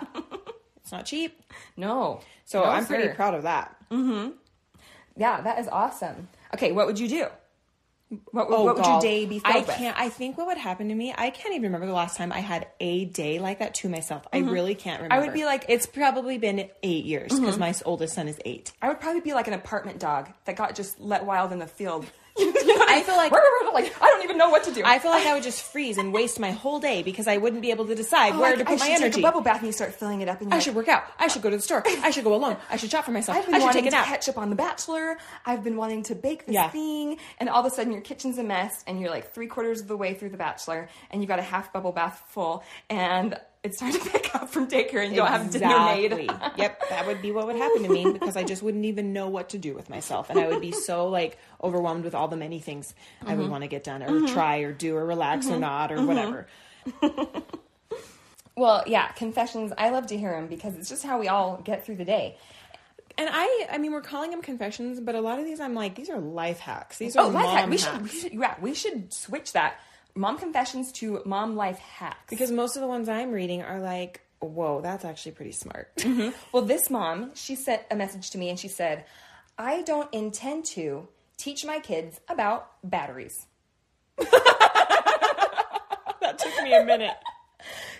[SPEAKER 1] it's not cheap.
[SPEAKER 2] no.
[SPEAKER 1] So
[SPEAKER 2] No,
[SPEAKER 1] I'm pretty
[SPEAKER 2] sir.
[SPEAKER 1] proud of that.
[SPEAKER 2] Yeah, that is awesome. Okay, what would you do? What, would
[SPEAKER 1] Oh,
[SPEAKER 2] what would your
[SPEAKER 1] God.
[SPEAKER 2] day be filled
[SPEAKER 1] I
[SPEAKER 2] with?
[SPEAKER 1] can't. I think what would happen to me. I can't even remember the last time I had a day like that to myself. Mm-hmm. I really can't remember. Mm-hmm.
[SPEAKER 2] would be like-
[SPEAKER 1] it's probably been eight years because my oldest son is eight.
[SPEAKER 2] I would probably be like an apartment dog that got just let wild in the field. [laughs]
[SPEAKER 1] I feel like-
[SPEAKER 2] like I don't even know what to do.
[SPEAKER 1] I feel like I would just freeze and waste my whole day because I wouldn't be able to decide
[SPEAKER 2] Oh,
[SPEAKER 1] where
[SPEAKER 2] like,
[SPEAKER 1] to
[SPEAKER 2] I
[SPEAKER 1] put my
[SPEAKER 2] should Take
[SPEAKER 1] energy.
[SPEAKER 2] a bubble bath and you start filling it up. And you're
[SPEAKER 1] I
[SPEAKER 2] like,
[SPEAKER 1] should work out. I should go to the store. I should go alone. I should shop for myself.
[SPEAKER 2] I've been
[SPEAKER 1] I should
[SPEAKER 2] wanting
[SPEAKER 1] take a
[SPEAKER 2] to
[SPEAKER 1] nap.
[SPEAKER 2] catch up on The Bachelor. I've been wanting to bake this
[SPEAKER 1] Yeah.
[SPEAKER 2] thing, and all of a sudden your kitchen's a mess, and you're like three quarters of the way through The Bachelor, and you've got a half bubble bath full, and it's time to pick up from daycare, and you don't have dinner made.
[SPEAKER 1] Exactly. yep, that would be what would happen to me because I just wouldn't even know what to do with myself, and I would be so like overwhelmed with all the many things I
[SPEAKER 2] Mm-hmm.
[SPEAKER 1] would want to get done or try or do or relax or not or whatever.
[SPEAKER 2] Well, yeah, confessions. I love to hear them because it's just how we all get through the day.
[SPEAKER 1] And I, I mean, we're calling them confessions, but a lot of these I'm like, these are life hacks. These are
[SPEAKER 2] Oh, life
[SPEAKER 1] mom
[SPEAKER 2] hack. We
[SPEAKER 1] hacks.
[SPEAKER 2] should, [laughs] we should, yeah, we should switch that. Mom confessions to mom life hacks.
[SPEAKER 1] because most of the ones I'm reading are like, whoa, that's actually pretty smart.
[SPEAKER 2] Well, this mom, she sent a message to me and she said, I don't intend to teach my kids about batteries.
[SPEAKER 1] that [laughs] took me a minute.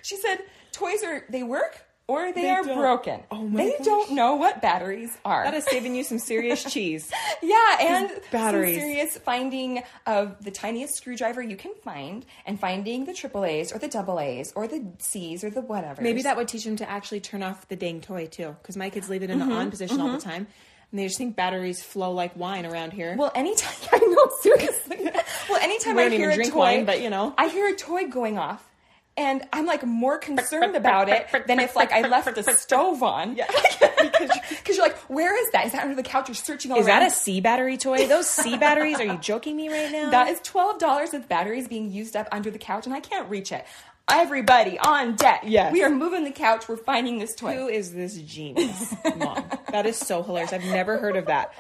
[SPEAKER 2] She said, toys are, they work or they,
[SPEAKER 1] They
[SPEAKER 2] are
[SPEAKER 1] don't.
[SPEAKER 2] broken.
[SPEAKER 1] Oh my
[SPEAKER 2] they
[SPEAKER 1] gosh.
[SPEAKER 2] don't know what batteries are.
[SPEAKER 1] That is saving you some serious cheese.
[SPEAKER 2] yeah, and batteries.
[SPEAKER 1] Batteries.
[SPEAKER 2] some serious finding of the tiniest screwdriver you can find and finding the triple A's or the double A's or the C's or the whatever.
[SPEAKER 1] Maybe that would teach them to actually turn off the dang toy too, because my kids leave it in
[SPEAKER 2] Mm-hmm,
[SPEAKER 1] the on position all the time, and they just think batteries flow like wine around here.
[SPEAKER 2] Well, anytime [laughs] I know seriously. Well, anytime
[SPEAKER 1] We
[SPEAKER 2] I
[SPEAKER 1] don't even
[SPEAKER 2] hear a
[SPEAKER 1] drink
[SPEAKER 2] toy,
[SPEAKER 1] wine, but, you know.
[SPEAKER 2] I hear a toy going off, and I'm like more concerned about it than if like I left the stove
[SPEAKER 1] [laughs]
[SPEAKER 2] on. Yeah, [laughs] because because you're like, where is that? Is that under the couch? You're searching all
[SPEAKER 1] is that
[SPEAKER 2] around.
[SPEAKER 1] a C battery toy? Those C batteries? Are you joking me right now?
[SPEAKER 2] that is twelve dollars of batteries being used up under the couch, and I can't reach it. Everybody on deck.
[SPEAKER 1] Yes.
[SPEAKER 2] we are moving the couch. We're finding this toy.
[SPEAKER 1] Who is this genius mom? That is so hilarious. I've never heard of that.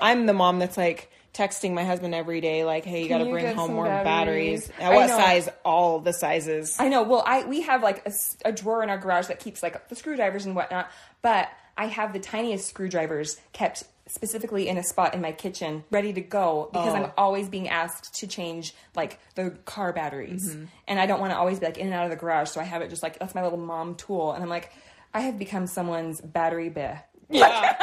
[SPEAKER 1] I'm the mom that's like texting my husband every day, like, "Hey, you got to
[SPEAKER 2] you
[SPEAKER 1] bring
[SPEAKER 2] get
[SPEAKER 1] home
[SPEAKER 2] some
[SPEAKER 1] more batteries.
[SPEAKER 2] batteries?
[SPEAKER 1] Now,
[SPEAKER 2] I
[SPEAKER 1] what
[SPEAKER 2] know.
[SPEAKER 1] size? All the
[SPEAKER 2] [laughs]
[SPEAKER 1] sizes.
[SPEAKER 2] I know. Well, I we have like a, s- a drawer in our garage that keeps like the screwdrivers and whatnot, but I have the tiniest screwdrivers kept specifically in a spot in my kitchen, ready to go because I'm always being asked to change like the car batteries, and I don't want to always be like in and out of the garage, so I have it just like that's my little mom tool, and I'm like, I have become someone's battery beh.
[SPEAKER 1] Yeah,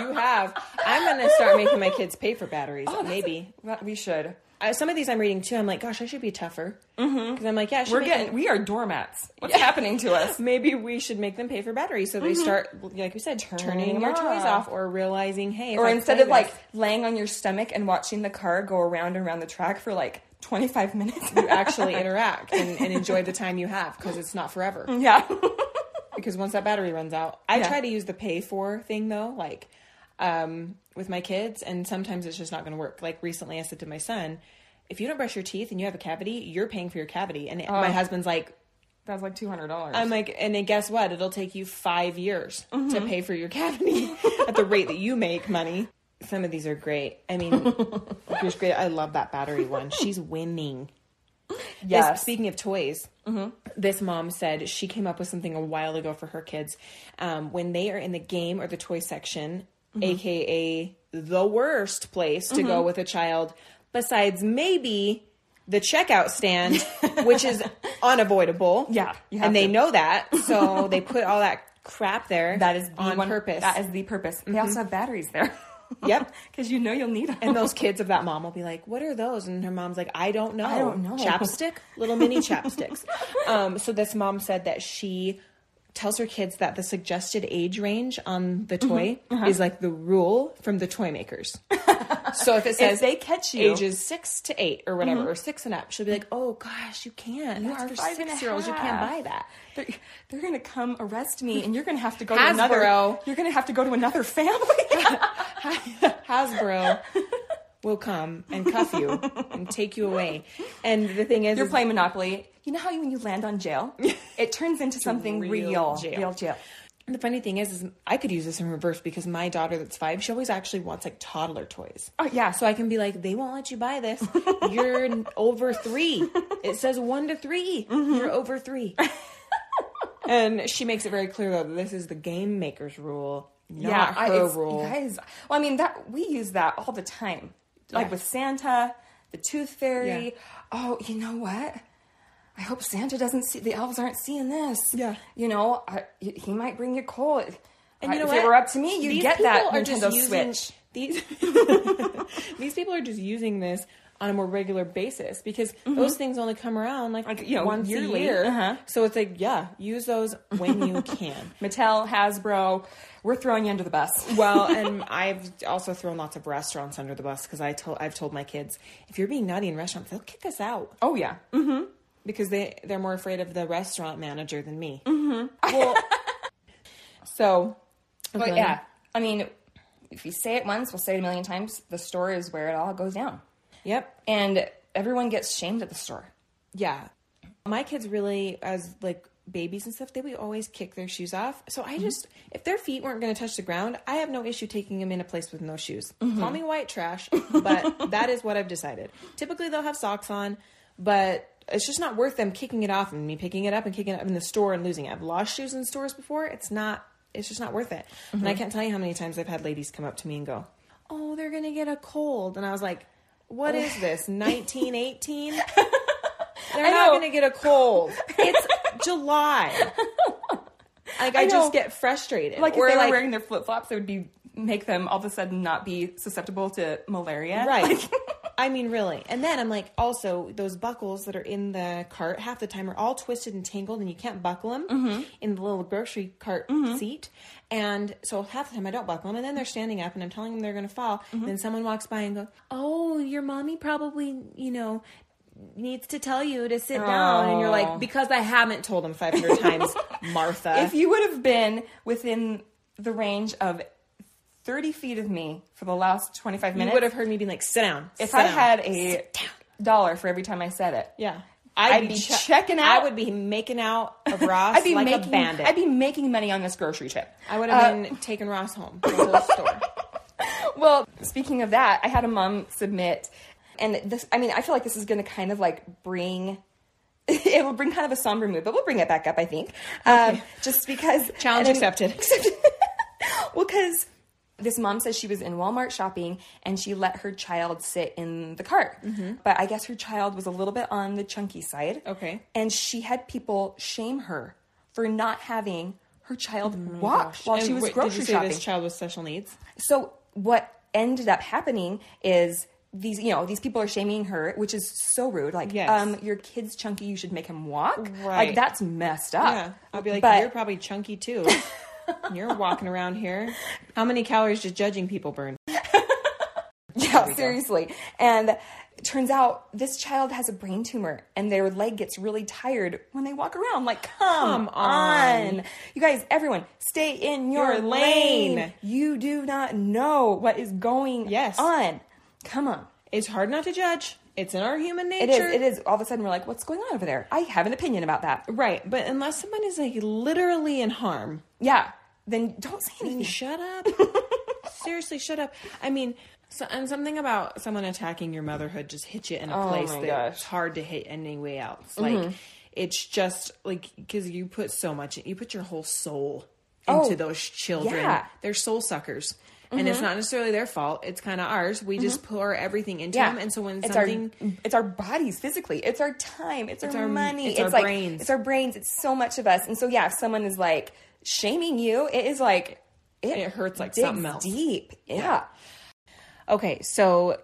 [SPEAKER 1] you have. I'm gonna start making my kids pay for batteries.
[SPEAKER 2] Oh,
[SPEAKER 1] maybe.
[SPEAKER 2] Well, we should.
[SPEAKER 1] I, some of these I'm reading too. I'm like, gosh, I should be tougher. Because I'm like, yeah, I should
[SPEAKER 2] Mm-hmm. We're
[SPEAKER 1] make
[SPEAKER 2] getting.
[SPEAKER 1] them-
[SPEAKER 2] We are doormats. What's happening to [laughs] us?
[SPEAKER 1] maybe we should make them pay for batteries so they start, like we said, turning,
[SPEAKER 2] Mm-hmm. Turning
[SPEAKER 1] their toys
[SPEAKER 2] off.
[SPEAKER 1] off or realizing, hey, if
[SPEAKER 2] Or
[SPEAKER 1] I
[SPEAKER 2] instead
[SPEAKER 1] play
[SPEAKER 2] of like
[SPEAKER 1] this-
[SPEAKER 2] laying on your stomach and watching the car go around and around the track for like 25 minutes. [laughs]
[SPEAKER 1] you actually interact and, and enjoy the time you have because it's not forever.
[SPEAKER 2] yeah.
[SPEAKER 1] because once that battery runs out, I
[SPEAKER 2] Mm-hmm. Yeah.
[SPEAKER 1] try to use the pay for thing though, like um, with my kids, and sometimes it's just not going to work. Like recently, I said to my son, "If you don't brush your teeth and you have a cavity, you're paying for your cavity." And my husband's like,
[SPEAKER 2] That's like $200.
[SPEAKER 1] "I'm like," and then guess what? It'll take you five years to pay for your cavity [laughs] at the rate that you make money. Some of these are great. I mean, there's great. I love that battery one. She's winning. This-
[SPEAKER 2] yes. Mm-hmm.
[SPEAKER 1] speaking of toys, this mom said she came up with something a while ago for her kids. Um, when they are in the game or the toy section,
[SPEAKER 2] Mm-hmm.
[SPEAKER 1] aka the worst place to go with a child, besides maybe the checkout
[SPEAKER 2] [laughs]
[SPEAKER 1] stand, which is unavoidable.
[SPEAKER 2] Yeah, you have
[SPEAKER 1] and they
[SPEAKER 2] to.
[SPEAKER 1] know that, so they put all that crap there.
[SPEAKER 2] That is the
[SPEAKER 1] on
[SPEAKER 2] one,
[SPEAKER 1] purpose.
[SPEAKER 2] That is the purpose. They also have batteries there. [laughs]
[SPEAKER 1] Yep.
[SPEAKER 2] Because you know you'll need them.
[SPEAKER 1] and [laughs] those kids of that mom will be like, "What are those?" And her mom's like, "I don't know.
[SPEAKER 2] I don't know."
[SPEAKER 1] Chapstick, little mini
[SPEAKER 2] [laughs]
[SPEAKER 1] chapsticks." Um, so this mom said that she tells her kids that the suggested age range on
[SPEAKER 2] Mm-hmm.
[SPEAKER 1] the toy
[SPEAKER 2] Uh-huh.
[SPEAKER 1] is like the rule from the toy
[SPEAKER 2] [laughs]
[SPEAKER 1] makers. so if it says
[SPEAKER 2] they catch you-
[SPEAKER 1] ages six to eight or whatever, or six and up, she'll be like, "Oh gosh, you can't. That's
[SPEAKER 2] are
[SPEAKER 1] for
[SPEAKER 2] five and a
[SPEAKER 1] six year olds. You can't
[SPEAKER 2] half."
[SPEAKER 1] buy that."
[SPEAKER 2] they're, they're going to come arrest me, and you're going to have to go
[SPEAKER 1] Hasbro.
[SPEAKER 2] to another. You're going to have to go to another [laughs] family. [laughs]
[SPEAKER 1] Hasbro will come and cuff you and take you away. And the thing is,
[SPEAKER 2] you're
[SPEAKER 1] is
[SPEAKER 2] playing Monopoly. You know how you, when you land on [laughs] jail, it turns into something
[SPEAKER 1] real
[SPEAKER 2] real,
[SPEAKER 1] jail.
[SPEAKER 2] real jail.
[SPEAKER 1] And the funny thing is, is I could use this in reverse because my daughter that's five, she always actually wants like toddler toys.
[SPEAKER 2] Oh, yeah.
[SPEAKER 1] So I can be like, they won't let you buy this. You're
[SPEAKER 2] [laughs]
[SPEAKER 1] n- over three. It says one to 3
[SPEAKER 2] Mm-hmm.
[SPEAKER 1] you You're over
[SPEAKER 2] [laughs]
[SPEAKER 1] three. and she makes it very clear though that this is the game maker's rule, not
[SPEAKER 2] I-
[SPEAKER 1] her
[SPEAKER 2] it's-
[SPEAKER 1] rule.
[SPEAKER 2] Guys, well, I mean that we use that all the time, like
[SPEAKER 1] Yeah.
[SPEAKER 2] with Santa, the Tooth Fairy.
[SPEAKER 1] Yeah.
[SPEAKER 2] Oh, you know what? I hope Santa doesn't see the elves aren't seeing this.
[SPEAKER 1] Yeah.
[SPEAKER 2] you know, I, he he might bring you cold.
[SPEAKER 1] And you know
[SPEAKER 2] if
[SPEAKER 1] what?
[SPEAKER 2] it were up to me, you'd
[SPEAKER 1] These
[SPEAKER 2] get that
[SPEAKER 1] people are just
[SPEAKER 2] Nintendo
[SPEAKER 1] using-
[SPEAKER 2] Switch.
[SPEAKER 1] [laughs] These these people are just using this on a more regular basis because those things only come around Mm-hmm. like,
[SPEAKER 2] Like, you know,
[SPEAKER 1] once
[SPEAKER 2] yearly.
[SPEAKER 1] a year.
[SPEAKER 2] Uh-huh.
[SPEAKER 1] So it's like, yeah, use those when [laughs] you can.
[SPEAKER 2] Mattel, Hasbro, we're throwing you under the bus.
[SPEAKER 1] well, [laughs] and I've also thrown lots of restaurants under the bus because I told I've told my kids if you're being naughty in restaurants, they'll kick us out
[SPEAKER 2] Oh yeah,
[SPEAKER 1] because they they're more afraid of the restaurant manager than me. Mm-hmm. [laughs] Well, so
[SPEAKER 2] but
[SPEAKER 1] Okay.
[SPEAKER 2] yeah, I mean, if you say it once, we'll say it a million times. The store is where it all goes down,
[SPEAKER 1] yep,
[SPEAKER 2] and everyone gets shamed at the store.
[SPEAKER 1] Yeah. My kids really, as like babies and stuff, they would always kick their shoes off. So I just, if their feet weren't going to touch the ground, I have no issue taking them in a place with no shoes. Call me white trash, but that is what I've decided. Typically, they'll have socks on, but it's just not worth them kicking it off and me picking it up and kicking it up in the store and losing it. I've lost shoes in stores before. It's not, it's just not worth it. And I can't tell you how many times I've had ladies come up to me and go, Oh, they're going to get a cold. And I was like, what is this, 1918? They're not
[SPEAKER 2] know.
[SPEAKER 1] going to get a cold. [laughs] It's [laughs] July. Like I,
[SPEAKER 2] I know.
[SPEAKER 1] just get frustrated.
[SPEAKER 2] like
[SPEAKER 1] Or,
[SPEAKER 2] if they were wearing their flip flops, it would be make them all of a sudden not be susceptible to malaria.
[SPEAKER 1] right.
[SPEAKER 2] [laughs] Like,
[SPEAKER 1] I mean, really. And then I'm like, also those buckles that are in the cart half the time are all twisted and tangled, and you can't buckle them
[SPEAKER 2] Mm-hmm.
[SPEAKER 1] in the little grocery cart seat. And so half the time I don't buckle them, and then they're standing up, and I'm telling them they're going to fall.
[SPEAKER 2] Mm-hmm.
[SPEAKER 1] Then someone walks by and goes, "Oh, your mommy probably, you know." Needs to tell you to sit down, and you're
[SPEAKER 2] Oh.
[SPEAKER 1] like, because I haven't told him 500
[SPEAKER 2] [laughs]
[SPEAKER 1] times, Martha.
[SPEAKER 2] if you would have been within the range of thirty feet of me for the last twenty five
[SPEAKER 1] You
[SPEAKER 2] minutes,
[SPEAKER 1] would have heard me being like, sit down.
[SPEAKER 2] if
[SPEAKER 1] sit
[SPEAKER 2] I
[SPEAKER 1] down,
[SPEAKER 2] had a
[SPEAKER 1] sit down."
[SPEAKER 2] dollar for every time I said it,
[SPEAKER 1] Yeah.
[SPEAKER 2] I'd, be,
[SPEAKER 1] che-
[SPEAKER 2] checking out.
[SPEAKER 1] I would be making out [laughs] of Ross
[SPEAKER 2] I'd be
[SPEAKER 1] like
[SPEAKER 2] making.
[SPEAKER 1] a bandit.
[SPEAKER 2] I'd be making money on this grocery trip.
[SPEAKER 1] I would have been taking Ross [laughs] home from the uh, store.
[SPEAKER 2] Well, speaking of that, I had a mom submit, and this, I mean, I feel like this is going to kind of like bring. [laughs] It will bring kind of a somber mood, but we'll bring it back up, I think. Um, just because.
[SPEAKER 1] Challenge
[SPEAKER 2] and I'm-
[SPEAKER 1] [laughs] accepted.
[SPEAKER 2] Well, because this mom says she was in Walmart shopping and she let her child sit in the cart.
[SPEAKER 1] Mm-hmm.
[SPEAKER 2] But I guess her child was a little bit on the chunky side.
[SPEAKER 1] Okay.
[SPEAKER 2] And she had people shame her for not having her child walk while
[SPEAKER 1] Oh And
[SPEAKER 2] she was
[SPEAKER 1] wait,
[SPEAKER 2] grocery
[SPEAKER 1] did you say
[SPEAKER 2] shopping.
[SPEAKER 1] this child with special needs?
[SPEAKER 2] So what ended up happening is these you know these people are shaming her which is so rude like
[SPEAKER 1] Yes.
[SPEAKER 2] um your kid's chunky you should make him walk
[SPEAKER 1] Right.
[SPEAKER 2] like that's messed up
[SPEAKER 1] Yeah. I'll be like,
[SPEAKER 2] But-
[SPEAKER 1] you're probably chunky [laughs] too. You're walking around here. How many calories does judging people burn?
[SPEAKER 2] [laughs] yeah seriously and it turns out this child has a brain tumor and their leg gets really tired when they walk around like come,
[SPEAKER 1] Come on.
[SPEAKER 2] you guys everyone stay in your,
[SPEAKER 1] Your
[SPEAKER 2] lane.
[SPEAKER 1] lane.
[SPEAKER 2] you do not know what is going
[SPEAKER 1] Yes.
[SPEAKER 2] on come on
[SPEAKER 1] It's hard not to judge. It's in our human nature.
[SPEAKER 2] It is. It is. All of a sudden, we're like, "What's going on over there?" I have an opinion about that.
[SPEAKER 1] Right. But unless someone is like literally in harm,
[SPEAKER 2] Yeah. Then don't say
[SPEAKER 1] Then
[SPEAKER 2] anything.
[SPEAKER 1] shut [laughs] up. Seriously, shut up. I mean, so, and something about someone attacking your motherhood just hits you in a
[SPEAKER 2] Oh
[SPEAKER 1] place
[SPEAKER 2] my
[SPEAKER 1] that's
[SPEAKER 2] gosh.
[SPEAKER 1] hard to hit anyway else. Like, it's just like because you put so much, you put your whole soul into
[SPEAKER 2] Oh,
[SPEAKER 1] those children.
[SPEAKER 2] yeah.
[SPEAKER 1] They're soul suckers. and it's not necessarily their fault. It's kind of ours. We just pour everything into them, and so when
[SPEAKER 2] it's
[SPEAKER 1] something
[SPEAKER 2] our, it's our bodies physically, it's our time, it's, our,
[SPEAKER 1] our-
[SPEAKER 2] money,
[SPEAKER 1] it's our
[SPEAKER 2] like
[SPEAKER 1] brains.
[SPEAKER 2] it's our brains, it's so much of us. And so yeah, if someone is like shaming you, it is like it,
[SPEAKER 1] It hurts like
[SPEAKER 2] digs
[SPEAKER 1] something else.
[SPEAKER 2] Deep, yeah.
[SPEAKER 1] Okay, so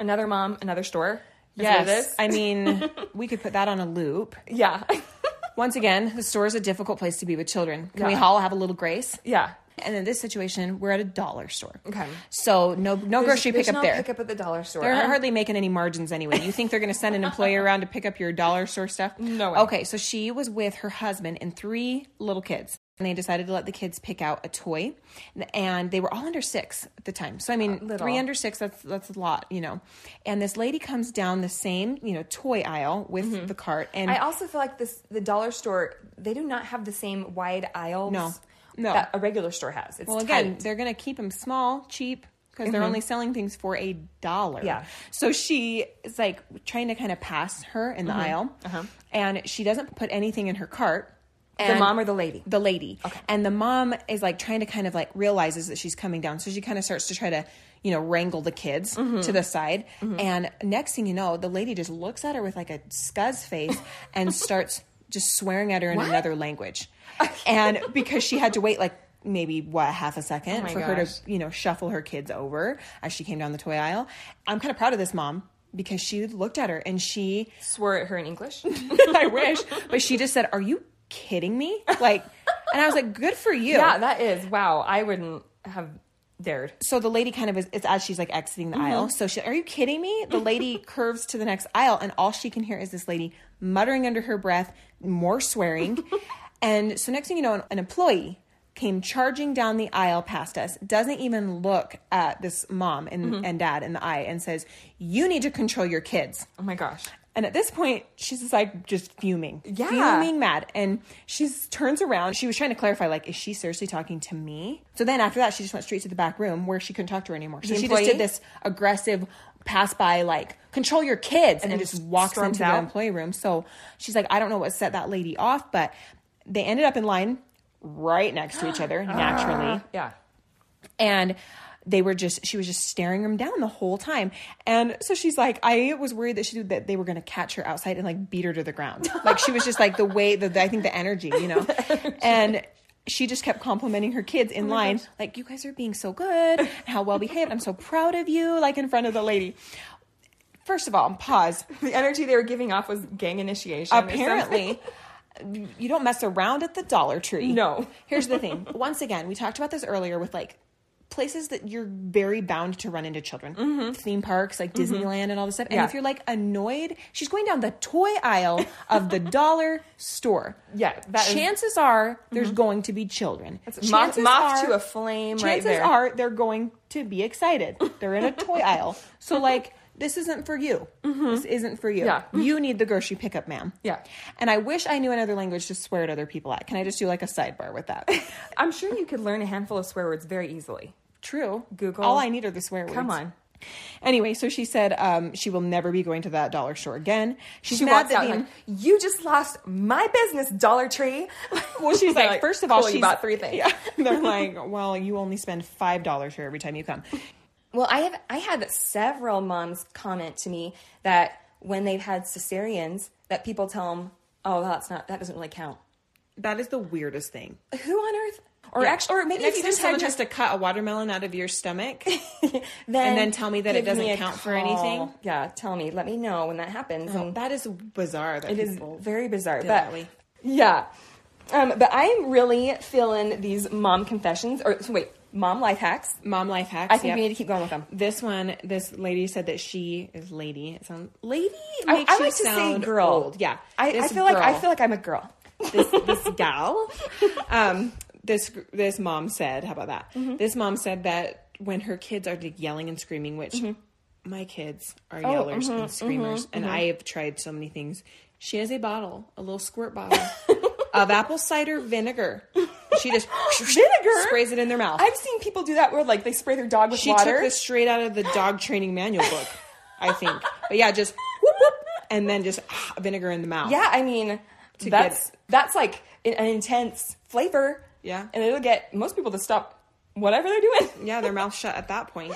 [SPEAKER 2] Another mom, another store. Is what it
[SPEAKER 1] yes,
[SPEAKER 2] is? [laughs]
[SPEAKER 1] I [laughs] mean we could put that on a loop.
[SPEAKER 2] yeah, [laughs]
[SPEAKER 1] Once again, the store is a difficult place to be with children. Can we
[SPEAKER 2] Yeah.
[SPEAKER 1] all have a little grace?
[SPEAKER 2] yeah.
[SPEAKER 1] And in this situation, we're at a dollar store.
[SPEAKER 2] Okay.
[SPEAKER 1] So no no grocery
[SPEAKER 2] There's
[SPEAKER 1] pickup
[SPEAKER 2] no
[SPEAKER 1] there.
[SPEAKER 2] Pickup at the dollar store.
[SPEAKER 1] They're hardly making any margins anyway. You think they're going to
[SPEAKER 2] [laughs]
[SPEAKER 1] send an employee around to pick up your dollar store stuff?
[SPEAKER 2] No way.
[SPEAKER 1] Okay, so she was with her husband and three little kids. And they decided to let the kids pick out a toy, and they were all under six at the time. So I mean,
[SPEAKER 2] little.
[SPEAKER 1] three under six—that's that's a lot, you know. And this lady comes down the same, you know, toy aisle with the cart, and
[SPEAKER 2] Mm-hmm. I also feel like this the dollar store they do not have the same wide aisles
[SPEAKER 1] No. No.
[SPEAKER 2] that a regular store has. It's
[SPEAKER 1] Well, again,
[SPEAKER 2] tight. Mm-hmm.
[SPEAKER 1] they're going to keep them small, cheap, because they're only selling things for a dollar.
[SPEAKER 2] Yeah.
[SPEAKER 1] So she is like trying to kind of pass her in the
[SPEAKER 2] Mm-hmm.
[SPEAKER 1] aisle, and she doesn't put anything in her cart.
[SPEAKER 2] Uh-huh. the mom or the lady.
[SPEAKER 1] the lady, and the mom is like trying to kind of like realizes that she's coming down, so she kind of starts to try to you know wrangle the kids
[SPEAKER 2] Mm-hmm.
[SPEAKER 1] to the side, and next thing you know, the lady just looks at her with like a scuzz
[SPEAKER 2] [laughs]
[SPEAKER 1] face and starts just swearing at her in another language, and because she had to wait like maybe what half a second
[SPEAKER 2] Oh my
[SPEAKER 1] for her
[SPEAKER 2] gosh.
[SPEAKER 1] to you know shuffle her kids over as she came down the toy aisle. I'm kind of proud of this mom because she looked at her and she
[SPEAKER 2] Swore at her in [laughs]
[SPEAKER 1] [laughs]
[SPEAKER 2] English.
[SPEAKER 1] I wish. But she just said, Are you kidding me? Like, and I was like, Good for you.
[SPEAKER 2] yeah, that is wow. I wouldn't have dared.
[SPEAKER 1] So the lady kind of is, it's as she's like exiting the aisle. So she, Are you kidding me? The lady curves to the next aisle, and all she can hear is this lady muttering under her breath, more swearing. and so next thing you know, an, an employee came charging down the aisle past us doesn't even look at this mom and, and dad in the eye and says you need to control your kids
[SPEAKER 2] Oh my gosh.
[SPEAKER 1] And at this point, she's just like just fuming,
[SPEAKER 2] Yeah.
[SPEAKER 1] fuming mad. And she turns around. She was trying to clarify, like, is she seriously talking to me? So then after that, she just went straight to the back room where she couldn't talk to her anymore. So
[SPEAKER 2] The
[SPEAKER 1] she just
[SPEAKER 2] employee?
[SPEAKER 1] did this aggressive pass by, like, control your kids, and, then
[SPEAKER 2] then just
[SPEAKER 1] just walks
[SPEAKER 2] storms
[SPEAKER 1] into
[SPEAKER 2] out?
[SPEAKER 1] the employee room. So she's like, I don't know what set that lady off, but they ended up in line right next to each other naturally
[SPEAKER 2] Yeah.
[SPEAKER 1] and they were just she was just staring them down the whole time and so she's like i was worried that she that they were going to catch her outside and like beat her to the ground like she was just like the way the, the- i think the energy you know and she just kept complimenting her kids in line like you guys are being so good and how well behaved i'm so proud of you like in front of the lady first of all pause
[SPEAKER 2] The energy they were giving off was gang initiation. or something.
[SPEAKER 1] apparently you don't mess around at the dollar tree
[SPEAKER 2] [laughs] No.
[SPEAKER 1] here's the thing [laughs] once again we talked about this earlier with like places that you're very bound to run into children theme parks like disneyland and all this stuff and
[SPEAKER 2] Mm-hmm. Yeah.
[SPEAKER 1] if you're like annoyed she's going down the toy aisle of
[SPEAKER 2] [laughs]
[SPEAKER 1] the dollar store
[SPEAKER 2] Yeah, that is- Mm-hmm.
[SPEAKER 1] chances are there's going to be children
[SPEAKER 2] moth,
[SPEAKER 1] Chances
[SPEAKER 2] moth
[SPEAKER 1] are-
[SPEAKER 2] to a flame right
[SPEAKER 1] chances
[SPEAKER 2] there.
[SPEAKER 1] are they're going to be excited. They're in a
[SPEAKER 2] [laughs]
[SPEAKER 1] toy aisle. So like this isn't for you. This isn't for you.
[SPEAKER 2] Mm-hmm. Yeah.
[SPEAKER 1] You need the grocery pickup, ma'am.
[SPEAKER 2] Yeah.
[SPEAKER 1] And I wish I knew another language to swear at other people at. Can I just do like a sidebar with
[SPEAKER 2] [laughs]
[SPEAKER 1] that?
[SPEAKER 2] I'm sure you could learn a handful of swear words very easily.
[SPEAKER 1] True.
[SPEAKER 2] Google.
[SPEAKER 1] All I need are the swear words.
[SPEAKER 2] Come on.
[SPEAKER 1] Anyway, so she said um, she will never be going to that dollar store again. She's
[SPEAKER 2] She
[SPEAKER 1] mad
[SPEAKER 2] walks
[SPEAKER 1] that
[SPEAKER 2] out
[SPEAKER 1] the-
[SPEAKER 2] like, you just lost my business, Dollar [laughs] Tree.
[SPEAKER 1] [laughs] Well, she's like, first of all,
[SPEAKER 2] cool,
[SPEAKER 1] she's
[SPEAKER 2] you bought three
[SPEAKER 1] [laughs]
[SPEAKER 2] things.
[SPEAKER 1] Yeah.
[SPEAKER 2] [laughs]
[SPEAKER 1] They're like, well, you only spend five dollars here every time you come.
[SPEAKER 2] Well, I have I had several moms comment to me that when they've had cesareans, that people tell them, "Oh, that's not that doesn't really count."
[SPEAKER 1] That is the weirdest thing.
[SPEAKER 2] Who on earth? Or actually, or maybe
[SPEAKER 1] Next
[SPEAKER 2] if you
[SPEAKER 1] time
[SPEAKER 2] just had
[SPEAKER 1] someone
[SPEAKER 2] your,
[SPEAKER 1] tries to cut a watermelon out of your
[SPEAKER 2] [laughs]
[SPEAKER 1] stomach,
[SPEAKER 2] then
[SPEAKER 1] and then tell me that it
[SPEAKER 2] give
[SPEAKER 1] doesn't
[SPEAKER 2] a
[SPEAKER 1] count for anything?
[SPEAKER 2] Yeah, tell me. Let me know when that happens. and
[SPEAKER 1] that is bizarre. That
[SPEAKER 2] It is
[SPEAKER 1] people-
[SPEAKER 2] very bizarre, but
[SPEAKER 1] that way.
[SPEAKER 2] yeah. Um, but I am really feeling these mom confessions, or wait, mom life hacks.
[SPEAKER 1] mom life hacks.
[SPEAKER 2] I think
[SPEAKER 1] yep.
[SPEAKER 2] we need to keep going with them.
[SPEAKER 1] This one, this lady said that she is lady. It sounds lady.
[SPEAKER 2] I-
[SPEAKER 1] Makes
[SPEAKER 2] I,
[SPEAKER 1] you
[SPEAKER 2] like to say
[SPEAKER 1] sound
[SPEAKER 2] girl.
[SPEAKER 1] old. Yeah,
[SPEAKER 2] I, I
[SPEAKER 1] This
[SPEAKER 2] feel like I
[SPEAKER 1] girl.
[SPEAKER 2] feel like I'm a girl.
[SPEAKER 1] this this gal. Um, this this mom said, how about that?
[SPEAKER 2] Mm-hmm.
[SPEAKER 1] This mom said that when her kids are like, yelling and screaming, which
[SPEAKER 2] Mm-hmm.
[SPEAKER 1] my kids are
[SPEAKER 2] Oh,
[SPEAKER 1] yellers and screamers, and I have tried so many things. She has a bottle, a little squirt
[SPEAKER 2] [laughs]
[SPEAKER 1] bottle of apple cider vinegar. She just
[SPEAKER 2] [laughs] Vinegar?
[SPEAKER 1] sprays it in their mouth.
[SPEAKER 2] I've seen people do that where like they spray their dog with
[SPEAKER 1] She
[SPEAKER 2] water.
[SPEAKER 1] took this straight out of the dog training manual book, I think. But yeah, just [laughs] whoop whoop, and then just ah, vinegar in the mouth.
[SPEAKER 2] yeah, I mean that's that's like an, an intense flavor.
[SPEAKER 1] Yeah.
[SPEAKER 2] and it'll get most people to stop whatever they're doing.
[SPEAKER 1] Yeah, their mouth shut at that point.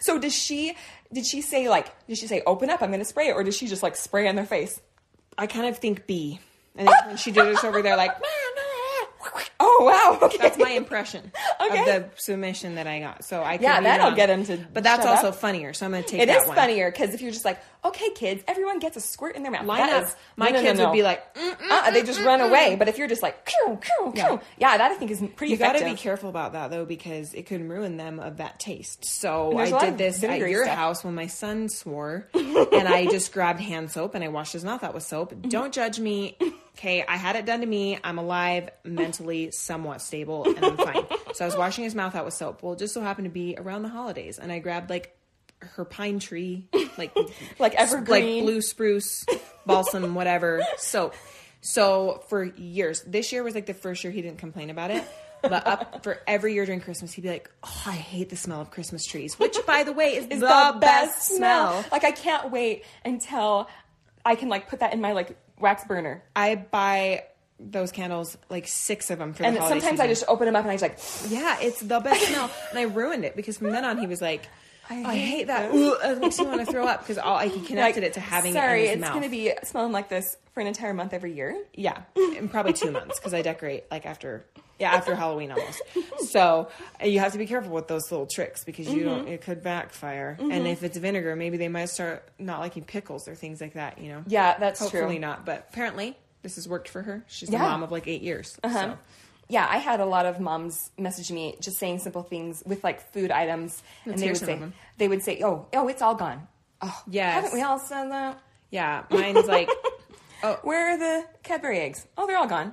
[SPEAKER 2] So does she did she say like did she say open up I'm gonna spray it or does she just like spray on their face?
[SPEAKER 1] I kind of think B. And then when she did this over
[SPEAKER 2] [laughs]
[SPEAKER 1] there, like,
[SPEAKER 2] Oh wow, okay.
[SPEAKER 1] that's my impression
[SPEAKER 2] Okay.
[SPEAKER 1] of the submission that I got. So I could
[SPEAKER 2] Yeah,
[SPEAKER 1] be
[SPEAKER 2] that'll
[SPEAKER 1] wrong.
[SPEAKER 2] get 'em to
[SPEAKER 1] But that's
[SPEAKER 2] shut
[SPEAKER 1] also
[SPEAKER 2] up.
[SPEAKER 1] funnier. So I'm gonna take
[SPEAKER 2] It
[SPEAKER 1] that
[SPEAKER 2] is
[SPEAKER 1] one.
[SPEAKER 2] funnier because if you're just like, okay, kids, everyone gets a squirt in their mouth.
[SPEAKER 1] Line
[SPEAKER 2] That
[SPEAKER 1] up.
[SPEAKER 2] is-
[SPEAKER 1] My
[SPEAKER 2] no, no, no,
[SPEAKER 1] kids
[SPEAKER 2] no.
[SPEAKER 1] would be like, Mm-mm.
[SPEAKER 2] uh, they just run away. But if you're just like, "Kew, kew,
[SPEAKER 1] Yeah.
[SPEAKER 2] kew," yeah, that I think is pretty
[SPEAKER 1] you got to be
[SPEAKER 2] effective.
[SPEAKER 1] careful about that though because it can ruin them of that taste. So
[SPEAKER 2] there's a
[SPEAKER 1] I
[SPEAKER 2] lot
[SPEAKER 1] did
[SPEAKER 2] of
[SPEAKER 1] this at
[SPEAKER 2] vinegary
[SPEAKER 1] your
[SPEAKER 2] stuff.
[SPEAKER 1] house when my son
[SPEAKER 2] [laughs]
[SPEAKER 1] swore, and I just grabbed hand soap and I washed his mouth out with soap.
[SPEAKER 2] Mm-hmm.
[SPEAKER 1] Don't judge me. Okay, I had it done to me. I'm alive, mentally somewhat stable, and I'm
[SPEAKER 2] [laughs]
[SPEAKER 1] fine. So I was washing his mouth out with soap. Well, it just so happened to be around the holidays, and I grabbed like her pine tree, like
[SPEAKER 2] [laughs] Like
[SPEAKER 1] s-
[SPEAKER 2] evergreen.
[SPEAKER 1] like blue spruce, balsam, whatever soap. So for years, this year was like the first year he didn't complain about it. But
[SPEAKER 2] [laughs]
[SPEAKER 1] up for every year during Christmas, he'd be like, "Oh, I hate the smell of Christmas trees," which, by the way, is,
[SPEAKER 2] [laughs] It's
[SPEAKER 1] the, best, smell.
[SPEAKER 2] Like I can't wait until I can like put that in my like wax burner.
[SPEAKER 1] I buy those candles like six of them for
[SPEAKER 2] And
[SPEAKER 1] the holiday
[SPEAKER 2] sometimes I just open them up and I just like,
[SPEAKER 1] just yeah, it's the best smell. and I ruined it because from then on, he was like. "Oh, I
[SPEAKER 2] [laughs] I
[SPEAKER 1] hate,
[SPEAKER 2] hate
[SPEAKER 1] that. Ooh, it makes me want to throw up because all
[SPEAKER 2] [laughs]
[SPEAKER 1] I he connected
[SPEAKER 2] like,
[SPEAKER 1] it to having it in
[SPEAKER 2] Sorry,
[SPEAKER 1] his
[SPEAKER 2] it's
[SPEAKER 1] mouth.
[SPEAKER 2] gonna be smelling like this for an entire month every year.
[SPEAKER 1] Yeah, in probably two months because I decorate like after, yeah, after Halloween almost. So uh, you have to be careful with those little tricks because you
[SPEAKER 2] Mm-hmm.
[SPEAKER 1] don't. It could backfire, and if it's vinegar, maybe they might start not liking pickles or things like that. You know.
[SPEAKER 2] Yeah, that's
[SPEAKER 1] Hopefully
[SPEAKER 2] true.
[SPEAKER 1] not, but apparently this has worked for her. She's
[SPEAKER 2] Yeah. Uh-huh.
[SPEAKER 1] the mom of like eight years. So.
[SPEAKER 2] Yeah, I had a lot of moms message me just saying simple things with like food items, and they
[SPEAKER 1] hear
[SPEAKER 2] would
[SPEAKER 1] some
[SPEAKER 2] say
[SPEAKER 1] of 'em.
[SPEAKER 2] they would say, "Oh, oh, it's all gone." Oh,
[SPEAKER 1] Yes.
[SPEAKER 2] haven't we all said that?
[SPEAKER 1] Yeah, mine's like, [laughs]
[SPEAKER 2] Where are the Cadbury eggs? Oh, they're all gone.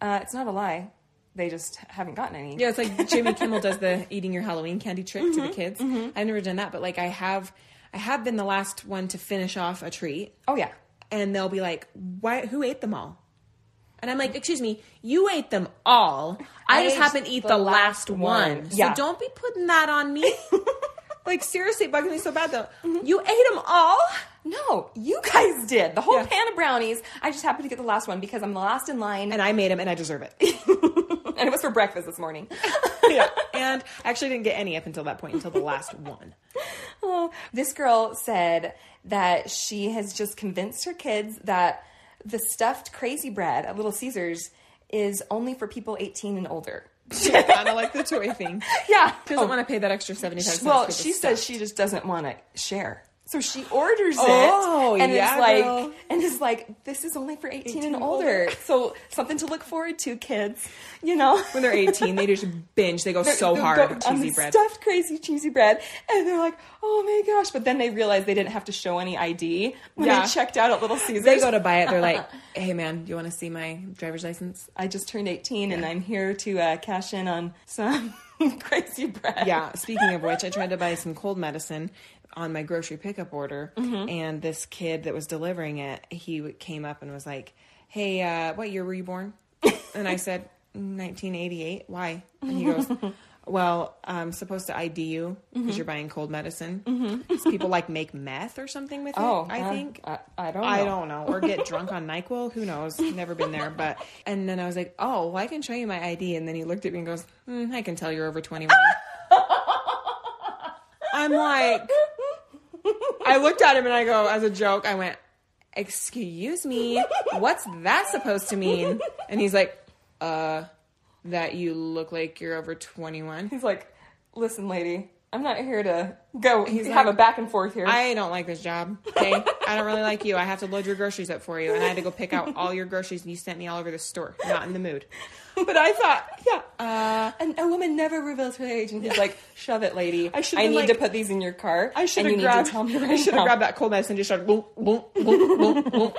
[SPEAKER 2] Uh, it's not a lie; they just haven't gotten any.
[SPEAKER 1] yeah, it's like Jimmy Kimmel does the eating your Halloween candy trick to
[SPEAKER 2] Mm-hmm.
[SPEAKER 1] the kids. I've never done that, but like I have, I have been the last one to finish off a treat.
[SPEAKER 2] Oh yeah.
[SPEAKER 1] and they'll be like, "Why? Who ate them all?" And I'm like, "Excuse me, you ate them all. I,
[SPEAKER 2] I
[SPEAKER 1] just
[SPEAKER 2] ate
[SPEAKER 1] happened to eat the, last one.
[SPEAKER 2] Yeah.
[SPEAKER 1] So don't be putting that on
[SPEAKER 2] [laughs]
[SPEAKER 1] me." like seriously, it bugs me so bad though.
[SPEAKER 2] Mm-hmm.
[SPEAKER 1] You ate them all.
[SPEAKER 2] No, you guys did the whole
[SPEAKER 1] Yeah.
[SPEAKER 2] pan of brownies. I just happened to get the last one because I'm the last in line, and, [laughs]
[SPEAKER 1] And I made them, and I deserve it.
[SPEAKER 2] it was for breakfast
[SPEAKER 1] [laughs]
[SPEAKER 2] this morning.
[SPEAKER 1] yeah. And I actually didn't get any up until that point, until the last
[SPEAKER 2] [laughs]
[SPEAKER 1] one.
[SPEAKER 2] Oh, this girl said that she has just convinced her kids that the stuffed crazy bread at Little Caesars is only for people 18 and older.
[SPEAKER 1] kind of like the toy thing.
[SPEAKER 2] [laughs] Yeah. Oh,
[SPEAKER 1] She doesn't want to pay that extra seventy five cents. for
[SPEAKER 2] Well,
[SPEAKER 1] the
[SPEAKER 2] she
[SPEAKER 1] stuff.
[SPEAKER 2] says she just doesn't want to share. So she orders
[SPEAKER 1] Oh,
[SPEAKER 2] it and
[SPEAKER 1] yeah,
[SPEAKER 2] is like
[SPEAKER 1] girl.
[SPEAKER 2] and is like this is only for 18,
[SPEAKER 1] 18
[SPEAKER 2] and
[SPEAKER 1] and
[SPEAKER 2] older.
[SPEAKER 1] older.
[SPEAKER 2] so something to look forward to kids, you know.
[SPEAKER 1] when they're eighteen, they just binge. They go so
[SPEAKER 2] They'll
[SPEAKER 1] hard
[SPEAKER 2] go
[SPEAKER 1] with
[SPEAKER 2] on
[SPEAKER 1] cheesy
[SPEAKER 2] the
[SPEAKER 1] bread.
[SPEAKER 2] stuffed crazy cheesy bread, and they're like, "Oh my gosh!" But then they realize they didn't have to show any ID when
[SPEAKER 1] Yeah.
[SPEAKER 2] they checked out at Little Caesars.
[SPEAKER 1] They go to buy it. They're
[SPEAKER 2] [laughs]
[SPEAKER 1] like, "Hey man, do you want to see my driver's license?"
[SPEAKER 2] I just turned eighteen, and I'm here to uh, cash in on some [laughs] crazy bread.
[SPEAKER 1] yeah. Speaking of which, I tried to buy some cold medicine on my grocery pickup order, and this kid that was delivering it, he w- came up and was like, "Hey, uh, what year were you born?" and I said, "1988." Why? And he goes. Well, I'm supposed to ID you because you're buying cold medicine. 'Cause People like make meth or something with
[SPEAKER 2] Oh,
[SPEAKER 1] it. I
[SPEAKER 2] uh,
[SPEAKER 1] think
[SPEAKER 2] I, I don't. Know.
[SPEAKER 1] I don't know. Or get drunk on NyQuil. Who knows? Never been there. But and then I was like, oh, well, I can show you my ID. And then he looked at me and goes, hmm, I can tell you're over 21. I'm like, I looked at him and I go, as a joke, I went, excuse me, what's that supposed to mean? And he's like, uh, that you look like you're over 21.
[SPEAKER 2] He's like, "Listen, lady, I'm not here to go. He's
[SPEAKER 1] like-
[SPEAKER 2] have a back and forth here."
[SPEAKER 1] I don't like this job. Okay, I don't really like you. I have to load your groceries up for you, and I had to go pick out all your groceries, and you sent me all over the store. Not in the mood.
[SPEAKER 2] [laughs] but I thought, yeah, uh, and a woman never reveals her age. And he's like, "Shove it, lady. I,
[SPEAKER 1] should've been
[SPEAKER 2] need
[SPEAKER 1] like-
[SPEAKER 2] to put these in your car.
[SPEAKER 1] I should
[SPEAKER 2] and
[SPEAKER 1] have
[SPEAKER 2] you Need
[SPEAKER 1] grabbed.
[SPEAKER 2] to tell me right
[SPEAKER 1] I should
[SPEAKER 2] now."
[SPEAKER 1] have grabbed that cold medicine. and Just started. Boom, boom, [laughs] boom, boom, boom.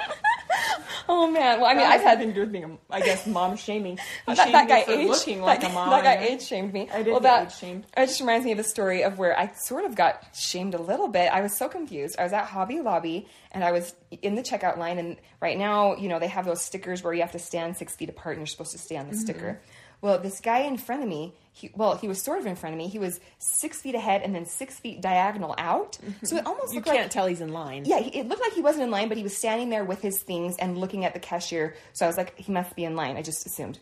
[SPEAKER 2] Oh man. Well, I mean, I've had
[SPEAKER 1] been doing thing. I guess mom shaming. He
[SPEAKER 2] that,
[SPEAKER 1] shamed
[SPEAKER 2] that
[SPEAKER 1] me
[SPEAKER 2] guy
[SPEAKER 1] for
[SPEAKER 2] age,
[SPEAKER 1] looking like
[SPEAKER 2] [laughs] that,
[SPEAKER 1] a mom.
[SPEAKER 2] That guy
[SPEAKER 1] you know?
[SPEAKER 2] age shamed me.
[SPEAKER 1] I did
[SPEAKER 2] well,
[SPEAKER 1] get
[SPEAKER 2] that,
[SPEAKER 1] age shamed.
[SPEAKER 2] It just reminds me of a story of where I sort of got shamed a little bit. I was so confused. I was at Hobby Lobby and I was in the checkout line. And right now, you know, they have those stickers where you have to stand six feet apart and you're supposed to stay
[SPEAKER 1] Mm-hmm.
[SPEAKER 2] on the sticker. Well, this guy in front of me, he, well, he was sort of in front of me. He was six feet ahead and then six feet diagonal out. So it almost
[SPEAKER 1] Mm-hmm. You
[SPEAKER 2] looked like
[SPEAKER 1] can't tell he's in line.
[SPEAKER 2] yeah, he, it looked like he wasn't in line, but he was standing there with his things and looking at the cashier. So I was like, he must be in line. I just assumed.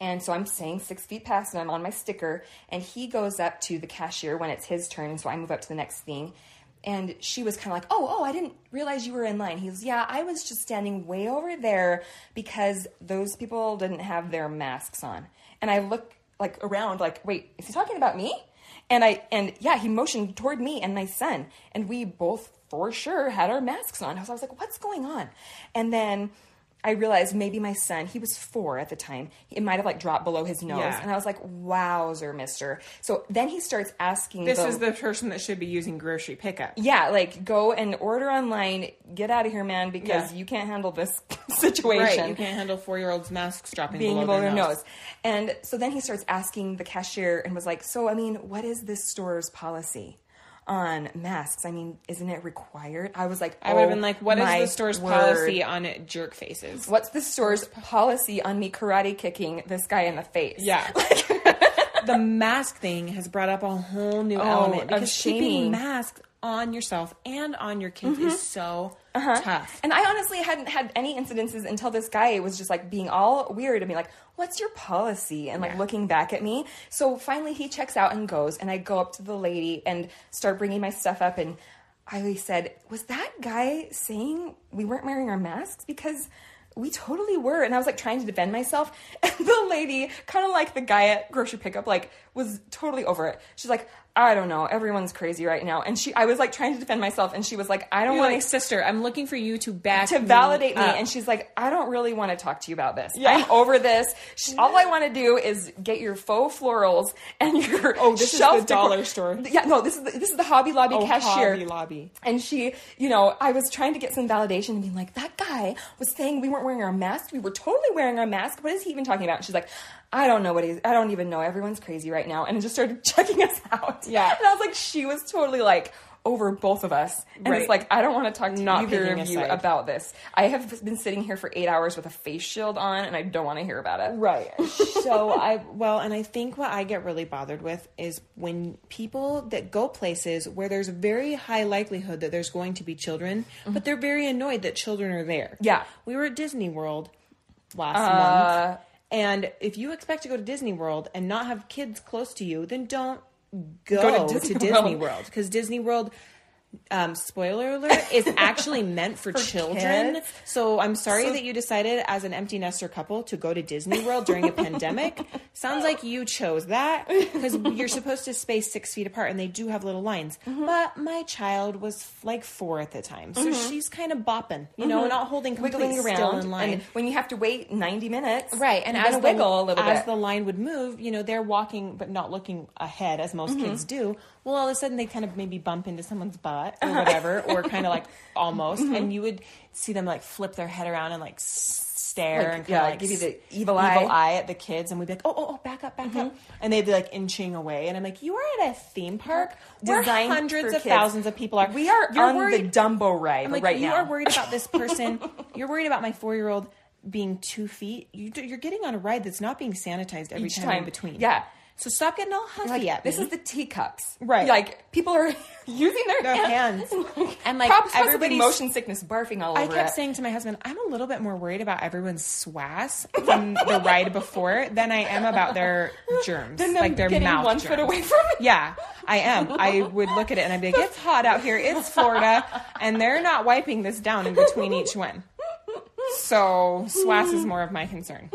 [SPEAKER 2] And so I'm saying six feet past and I'm on my sticker. And he goes up to the cashier when it's his turn. And so I move up to the next thing. And she was kind of like, oh, oh, I didn't realize you were in line. He was, yeah, I was just standing way over there because those people didn't have their masks on. And I look like around, like, wait, is he talking about me? And I and yeah, he motioned toward me and my son, and we both for sure had our masks on. So I was like, what's going on? And then I realized maybe my son, he was four at the time, it might have like dropped below his nose.
[SPEAKER 1] Yeah.
[SPEAKER 2] And I was like, wowzer, mister. So then he starts asking
[SPEAKER 1] This
[SPEAKER 2] the-
[SPEAKER 1] is the person that should be using grocery pickup.
[SPEAKER 2] yeah, like go and order online. Get out of here, man, because
[SPEAKER 1] Yeah.
[SPEAKER 2] you can't handle this [laughs]
[SPEAKER 1] Right.
[SPEAKER 2] situation
[SPEAKER 1] You can't handle four year olds' masks dropping
[SPEAKER 2] being
[SPEAKER 1] below,
[SPEAKER 2] below
[SPEAKER 1] their nose.
[SPEAKER 2] And so then he starts asking the cashier and was like, So, I mean, what is this store's policy on masks? I mean, isn't it required? I was like,
[SPEAKER 1] I would have
[SPEAKER 2] "Oh
[SPEAKER 1] been like, what is
[SPEAKER 2] my
[SPEAKER 1] the store's
[SPEAKER 2] word.
[SPEAKER 1] policy on jerk faces?
[SPEAKER 2] What's the store's policy on me karate kicking this guy in the face?
[SPEAKER 1] [laughs] Yeah. the mask thing has brought up a whole new element
[SPEAKER 2] Oh, of
[SPEAKER 1] because keeping
[SPEAKER 2] shaming. Mm-hmm.
[SPEAKER 1] masks on yourself and on your kids is so tough.
[SPEAKER 2] Uh-huh. And I honestly hadn't had any incidences until this guy was just like being all weird and being like, What's your policy? And like looking back at me. So finally he checks out and goes. And I go up to the lady and start bringing my stuff up. And I said, Was that guy saying we weren't wearing our masks? Because we totally were. And I was like trying to defend myself. [laughs] And the lady, kind of like the guy at grocery pickup, like was totally over it. She's like, I don't know. Everyone's crazy right now. And she, I was like trying to defend myself. And she was like, I don't
[SPEAKER 1] You're
[SPEAKER 2] want
[SPEAKER 1] like, sister, I'm looking for you to back
[SPEAKER 2] to validate me
[SPEAKER 1] up."
[SPEAKER 2] and she's like i don't really want to talk to you about this
[SPEAKER 1] Yeah.
[SPEAKER 2] i'm over this
[SPEAKER 1] [laughs]
[SPEAKER 2] She- all i want to do is get your faux florals and your oh
[SPEAKER 1] this is
[SPEAKER 2] shelf
[SPEAKER 1] the dollar
[SPEAKER 2] decor-
[SPEAKER 1] store.
[SPEAKER 2] yeah no this is the, this is the hobby lobby
[SPEAKER 1] Oh,
[SPEAKER 2] cashier
[SPEAKER 1] Hobby Lobby.
[SPEAKER 2] and she, you know, I was trying to get some validation and being like, that guy was saying we weren't wearing our mask. We were totally wearing our mask. What is he even talking about? And she's like, I don't know what he's, I don't even know. Everyone's crazy right now. And it just started [laughs] checking us out.
[SPEAKER 1] Yeah.
[SPEAKER 2] And I was like, she was totally like, over both of us. And
[SPEAKER 1] Right.
[SPEAKER 2] it's like, I don't want to talk to
[SPEAKER 1] Not
[SPEAKER 2] either
[SPEAKER 1] picking a
[SPEAKER 2] of you
[SPEAKER 1] side.
[SPEAKER 2] about this. I have been sitting here for eight hours with a face shield on and I don't want to hear about it.
[SPEAKER 1] Right. [laughs] so I well, and I think what I get really bothered with is when people that go places where there's very high likelihood that there's going to be children, but they're very annoyed that children are there.
[SPEAKER 2] Yeah.
[SPEAKER 1] We were at Disney World last month. And if you expect to go to Disney World and not have kids close to you, then don't go, to Disney,
[SPEAKER 2] World.
[SPEAKER 1] World because Disney World um, spoiler alert is
[SPEAKER 2] [laughs]
[SPEAKER 1] actually meant for, children.
[SPEAKER 2] kids.
[SPEAKER 1] So I'm sorry that you decided as an empty nester couple to go to Disney World during a
[SPEAKER 2] [laughs]
[SPEAKER 1] pandemic. Sounds like you chose that because you're supposed to space six feet apart and they do have little lines.
[SPEAKER 2] Mm-hmm.
[SPEAKER 1] But my child was like four at the time. So she's kind of bopping, you know, not holding completely
[SPEAKER 2] Mm-hmm. Wiggling around
[SPEAKER 1] still in line.
[SPEAKER 2] And when you have to wait 90 minutes.
[SPEAKER 1] Right, and
[SPEAKER 2] you gotta
[SPEAKER 1] as the,
[SPEAKER 2] wiggle a little
[SPEAKER 1] as
[SPEAKER 2] bit.
[SPEAKER 1] the line would move, you know, they're walking but not looking ahead as
[SPEAKER 2] Mm-hmm.
[SPEAKER 1] most kids do. Well, all of a sudden they kind of maybe bump into someone's
[SPEAKER 2] [laughs]
[SPEAKER 1] butt or whatever, or kind of like almost,
[SPEAKER 2] Mm-hmm.
[SPEAKER 1] and you would see them like flip their head around and like s- stare
[SPEAKER 2] Like,
[SPEAKER 1] and kind
[SPEAKER 2] yeah,
[SPEAKER 1] of like
[SPEAKER 2] give you the
[SPEAKER 1] s-
[SPEAKER 2] evil eye. Mm-hmm.
[SPEAKER 1] at the kids, and we'd be like, oh, oh, oh, back up, back up, and they'd be like inching away, and I'm like, you are at a theme park where
[SPEAKER 2] Designed
[SPEAKER 1] hundreds
[SPEAKER 2] for
[SPEAKER 1] of
[SPEAKER 2] kids.
[SPEAKER 1] thousands of people are.
[SPEAKER 2] We are
[SPEAKER 1] You're
[SPEAKER 2] on the Dumbo ride
[SPEAKER 1] I'm like,
[SPEAKER 2] right
[SPEAKER 1] you
[SPEAKER 2] now.
[SPEAKER 1] are worried about this person.
[SPEAKER 2] [laughs]
[SPEAKER 1] you're worried about my four year old being two feet. You, do- you're getting on a ride that's not being sanitized every
[SPEAKER 2] Each
[SPEAKER 1] time, in
[SPEAKER 2] time.
[SPEAKER 1] between.
[SPEAKER 2] Yeah.
[SPEAKER 1] So stop getting all huffy
[SPEAKER 2] like,
[SPEAKER 1] at me.
[SPEAKER 2] this is the teacups,
[SPEAKER 1] Right.
[SPEAKER 2] Like people are [laughs] using their,
[SPEAKER 1] Their hands.
[SPEAKER 2] [laughs]
[SPEAKER 1] And, like,
[SPEAKER 2] props must have been
[SPEAKER 1] everybody's-
[SPEAKER 2] motion sickness, barfing all
[SPEAKER 1] I
[SPEAKER 2] over
[SPEAKER 1] kept
[SPEAKER 2] it.
[SPEAKER 1] saying to my husband, I'm a little bit more worried about everyone's swass from the ride before than I am about
[SPEAKER 2] [laughs]
[SPEAKER 1] their germs,
[SPEAKER 2] and then
[SPEAKER 1] like their
[SPEAKER 2] getting
[SPEAKER 1] mouth
[SPEAKER 2] one
[SPEAKER 1] germs.
[SPEAKER 2] foot away from it.
[SPEAKER 1] Yeah, I am. I would look at it and I'd be like, it's hot out here. It's Florida. And they're not wiping this down in between each one. So swass is more of my concern